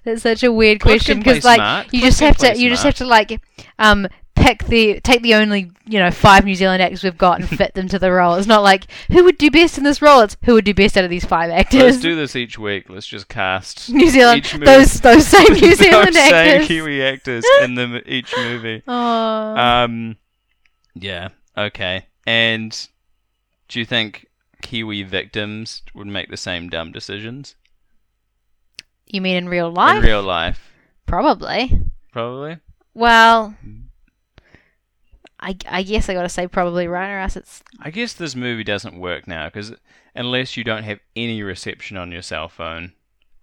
That's such a weird Cliff question can play because like smart. you Cliff just can have to play you just smart. have to like um pick the take the only you know five New Zealand actors [laughs] we've got and fit them to the role. It's not like who would do best in this role. It's who would do best out of these five Let's actors. do this each week. Let's just cast [laughs] New Zealand each movie- those [laughs] those same [laughs] New those Zealand same actors. Kiwi actors in the, each movie. [laughs] Oh, Um, yeah. Okay. And do you think Kiwi victims would make the same dumb decisions you mean in real life? in real life? Probably. Probably. Well, I, I guess I got to say probably right, or else it's I guess this movie doesn't work now because unless you don't have any reception on your cell phone,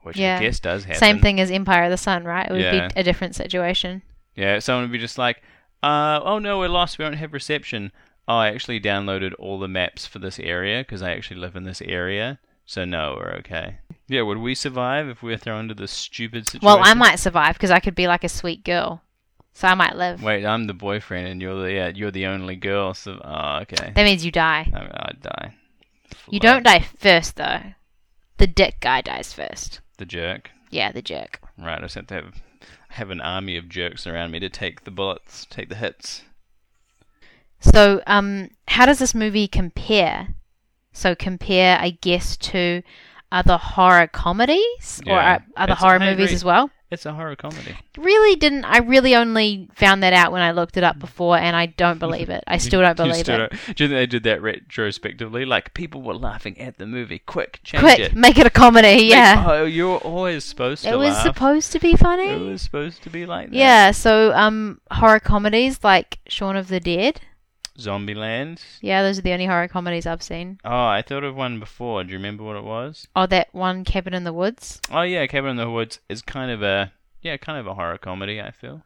which Yeah. I guess does happen. same thing as Empire of the Sun, right? It would Yeah. be a different situation. Yeah. Someone would be just like, uh, "Oh no, we're lost. We don't have reception." Oh, I actually downloaded all the maps for this area because I actually live in this area. So no, we're okay. Yeah, would we survive if we were thrown into this stupid situation? Well, I might survive because I could be like a sweet girl. So I might live. Wait, I'm the boyfriend, and you're the yeah, you're the only girl. So, oh, okay. That means you die. I mean, I'd die. You don't die first, though. The dick guy dies first. The jerk. Yeah, the jerk. Right, I just have to have have an army of jerks around me to take the bullets, take the hits. So, um, how does this movie compare? So, compare, I guess, to other horror comedies or Yeah. uh, other It's- horror I movies agree. as well. It's a horror comedy. Really didn't. I really only found that out when I looked it up before, and I don't believe it. I still don't Mm. You believe still don't- it. Do you think they did that retrospectively? Like people were laughing at the movie. Quick, change Quick, it. make it a comedy. Yeah, Oh, you're always supposed to it was laugh. supposed to be funny. It was supposed to be like that. Yeah, so um, horror comedies like Shaun of the Dead. Zombieland. Yeah, those are the only horror comedies I've seen. Oh, I thought of one before. Do you remember what it was? Oh, that one Cabin in the Woods. Oh yeah, Cabin in the Woods is kind of a yeah, kind of a horror comedy. I feel.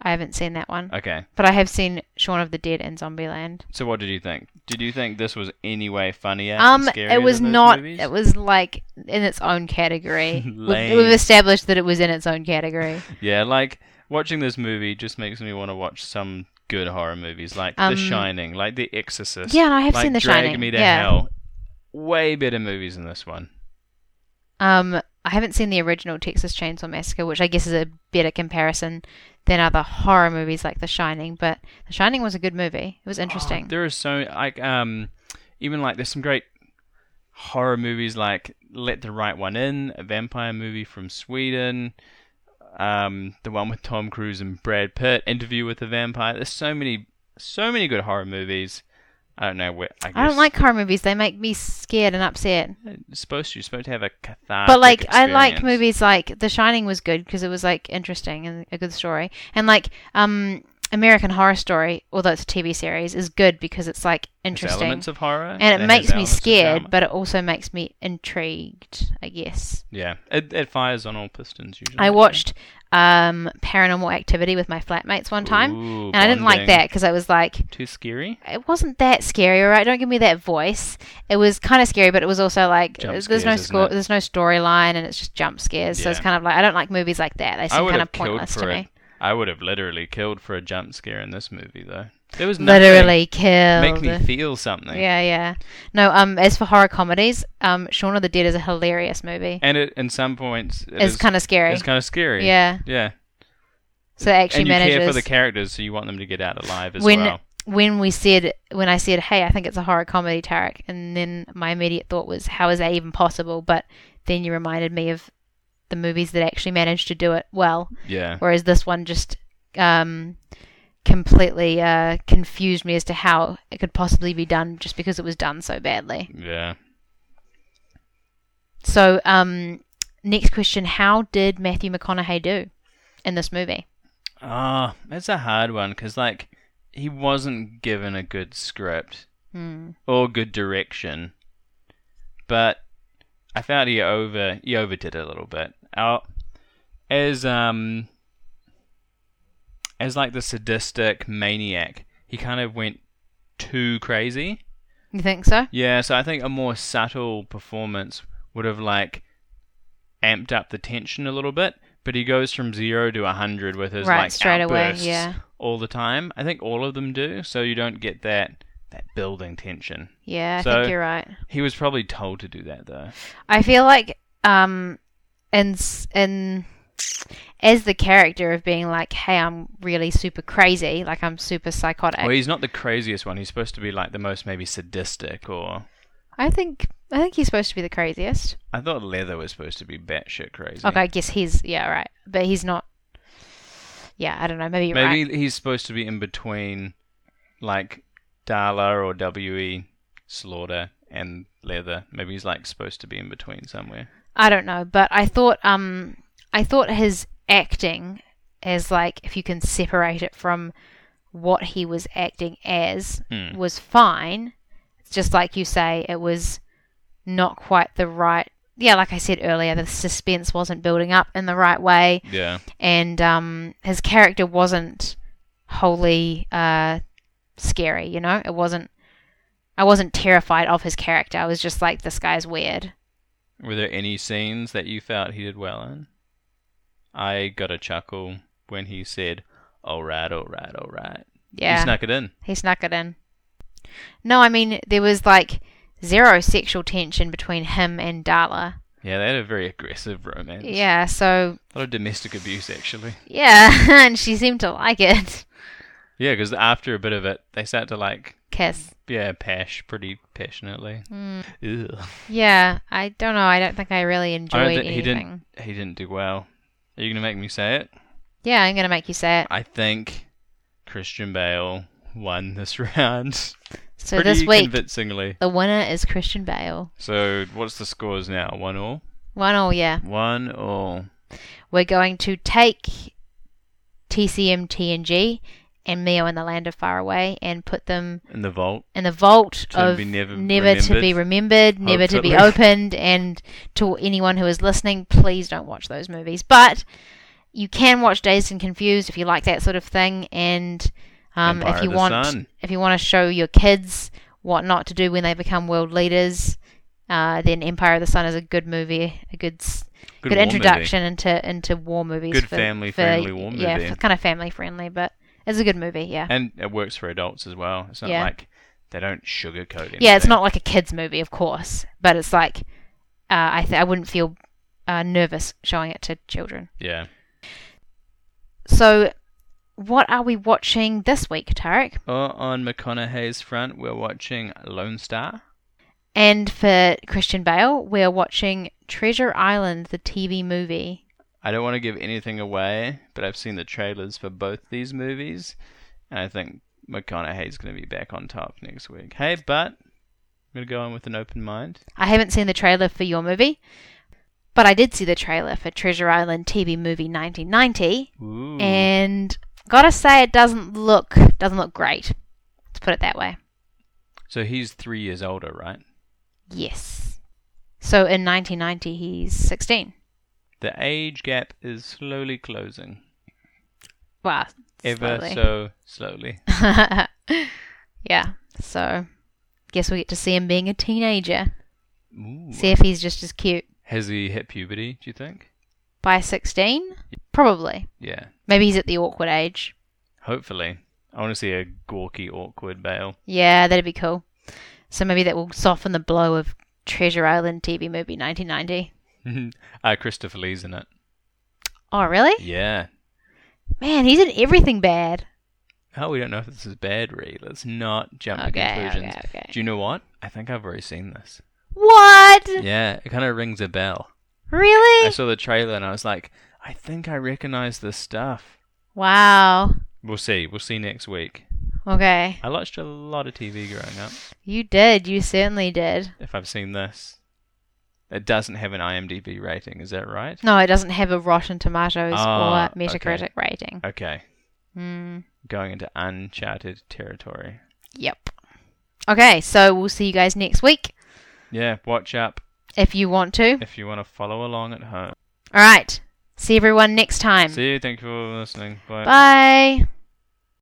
I haven't seen that one, Okay, but I have seen Shaun of the Dead and Zombieland. so what did you think? Did you think this was any way funnier? Um, and it scarier was than those not. movies? It was like in its [laughs] own category. we've, Lame. we've established that it was in its own category. Yeah, like watching this movie just makes me want to watch some good horror movies, like Um, The Shining, like The Exorcist. yeah, and I have like seen The Drag Shining, Me to yeah. Hell. Way better movies than this one. Um, I haven't seen the original Texas Chainsaw Massacre, which I guess is a better comparison than other horror movies like The Shining. But The Shining was a good movie. It was interesting. Ah, There are so like um, even like there's some great horror movies like Let the Right One In, a vampire movie from Sweden. Um, the one with Tom Cruise and Brad Pitt, Interview with the Vampire. There's so many, so many good horror movies. I don't know where. I, guess I don't like horror movies. They make me scared and upset. It's supposed to. You're supposed to have a cathartic. but like I like experience. movies like The Shining was good because it was like interesting and a good story. And like um American Horror Story, although it's a TV series, is good because it's like It's interesting elements of horror, and it has makes me elements of scared, drama. but it also makes me intrigued. I guess yeah, it, it fires on all pistons usually. I watched um Paranormal Activity with my flatmates one time, Ooh, and I didn't like bonding. that because I was like. Too scary. It wasn't that scary, all right? Don't give me that voice. It was kind of scary, but it was also like Jump there's no scares, isn't score, it? there's no storyline, and it's just jump scares. So it's Yeah. kind of like I don't like movies like that. They I seem would kind of have killed pointless to for me. it. I would have literally killed for a jump scare in this movie, though. There was nothing Literally make killed. me feel something. yeah, yeah. No, um, as for horror comedies, um, Shaun of the Dead is a hilarious movie. and it in some points it it's is- kind of scary. It's kind of scary. Yeah. yeah. so it actually and you manages. care for the characters, so you want them to get out alive as when well. when we said when I said, "Hey, I think it's a horror comedy, Tarek," and then my immediate thought was, "How is that even possible?" But then you reminded me of the movies that actually managed to do it well, Yeah, whereas this one just um, completely uh, confused me as to how it could possibly be done, just because it was done so badly. yeah. So, um, next question: How did Matthew McConaughey do in this movie? Ah, that's a hard one because like he wasn't given a good script. Hmm. or good direction. But I found he over he overdid it a little bit. Out as um as like the sadistic maniac, he kind of went too crazy. You think so? Yeah, so I think a more subtle performance would have like amped up the tension a little bit. But he goes from zero to a hundred with his Right, like straight away, outbursts yeah. all the time. I think all of them do, so you don't get that that building tension. Yeah, I So- think you're right. He was probably told to do that though. I feel like um in s- in as the character of being like, hey, I'm really super crazy, like I'm super psychotic. Well, he's not the craziest one. He's supposed to be like the most maybe sadistic or. I think I think he's supposed to be the craziest. I thought Leather was supposed to be batshit crazy. Okay, I guess he's yeah right, but he's not. Yeah, I don't know. Maybe you're Maybe right. he's supposed to be in between, like Dala or We Slaughter and Leather. Maybe he's like supposed to be in between somewhere. I don't know, but I thought um I thought his acting as like if you can separate it from what he was acting as Hmm. was fine. It's just like you say, it was not quite the right. Yeah, like I said earlier, the suspense wasn't building up in the right way, Yeah. and um, his character wasn't wholly uh, scary. You know, it wasn't. I wasn't terrified of his character. I was just like, this guy's weird. Were there any scenes that you felt he did well in? I got a chuckle when he said, All right, all right, all right. Yeah. You snuck it in. He snuck it in. No, I mean there was like zero sexual tension between him and Darla. Yeah, they had a very aggressive romance. Yeah, so A lot of domestic abuse, actually. yeah, [laughs] and she seemed to like it. [laughs] Yeah, because after a bit of it, they start to like, Kiss. yeah, pash pretty passionately. Hmm. Ugh. Yeah, I don't know. I don't think I really enjoyed I don't think anything. he didn't. He didn't do well. Are you gonna make me say it? Yeah, I'm gonna make you say it. I think Christian Bale won this [laughs] round So pretty this week, convincingly. the winner is Christian Bale. So what's the scores now? One all. One all, yeah. One all. We're going to take TCM TNG and Mio in the Land of Far Away and put them In the vault. in the vault To of be never Oh, to be remembered, never to be Hopefully. opened, and to anyone who is listening, please don't watch those movies. But you can watch Dazed and Confused if you like that sort of thing, and um, Empire if of you the want Sun. if you want to show your kids what not to do when they become world leaders, uh, then Empire of the Sun is a good movie, a good s- Good good, war introduction into into war movies. Good for- family-friendly for- war Yeah, movie. for kind of family friendly, but it's a good movie. Yeah. And it works for adults as well. It's not Yeah. like they don't sugarcoat anything. Yeah, it's not like a kids movie, of course, but it's like uh, I th- I wouldn't feel uh, nervous showing it to children. Yeah. So, what are we watching this week, Tarek? Or on McConaughey's front, we're watching Lone Star. And for Christian Bale, we're watching Treasure Island, the TV movie. I don't want to give anything away, but I've seen the trailers for both these movies, and I think McConaughey's going to be back on top next week. Hey, but I'm going to go on with an open mind. I haven't seen the trailer for your movie, but I did see the trailer for Treasure Island TV movie 1990, Ooh. and gotta say it doesn't look doesn't look great. Let's put it that way. so he's three years older, right? Yes. So in 1990, he's 16. The age gap is slowly closing, Wow. ever slowly. so [laughs] slowly. yeah. So, guess we get to see him being a teenager. Ooh. See if he's just as cute Has he hit puberty? Do you think? by 16. Probably. Yeah, Maybe he's at the awkward age. hopefully. I want to see a gawky, awkward Bale. Yeah, that'd be cool. So maybe that will soften the blow of Treasure Island TV movie 1990. [laughs] uh, Christopher Lee's in it. Oh, really? Yeah. Man, he's in everything bad. Oh, we don't know if this is bad, Ree. Let's not jump Okay, to conclusions. okay, okay. Do you know what? I think I've already seen this. What? Yeah, it kind of rings a bell. I Really? saw the trailer and I was like, I think I recognize this stuff. Wow. We'll see. We'll see next week. Okay. I watched a lot of TV growing up. You did. You certainly did. If I've seen this, it doesn't have an IMDb rating. Is that right? No, it doesn't have a Rotten Tomatoes Ah, or Metacritic rating. Okay, Mm, going into uncharted territory. yep. Okay, so we'll see you guys next week Yeah, watch up if you want to. if you want to follow along at home. All right. See everyone next time. See you. Thank you for listening. Bye. Bye.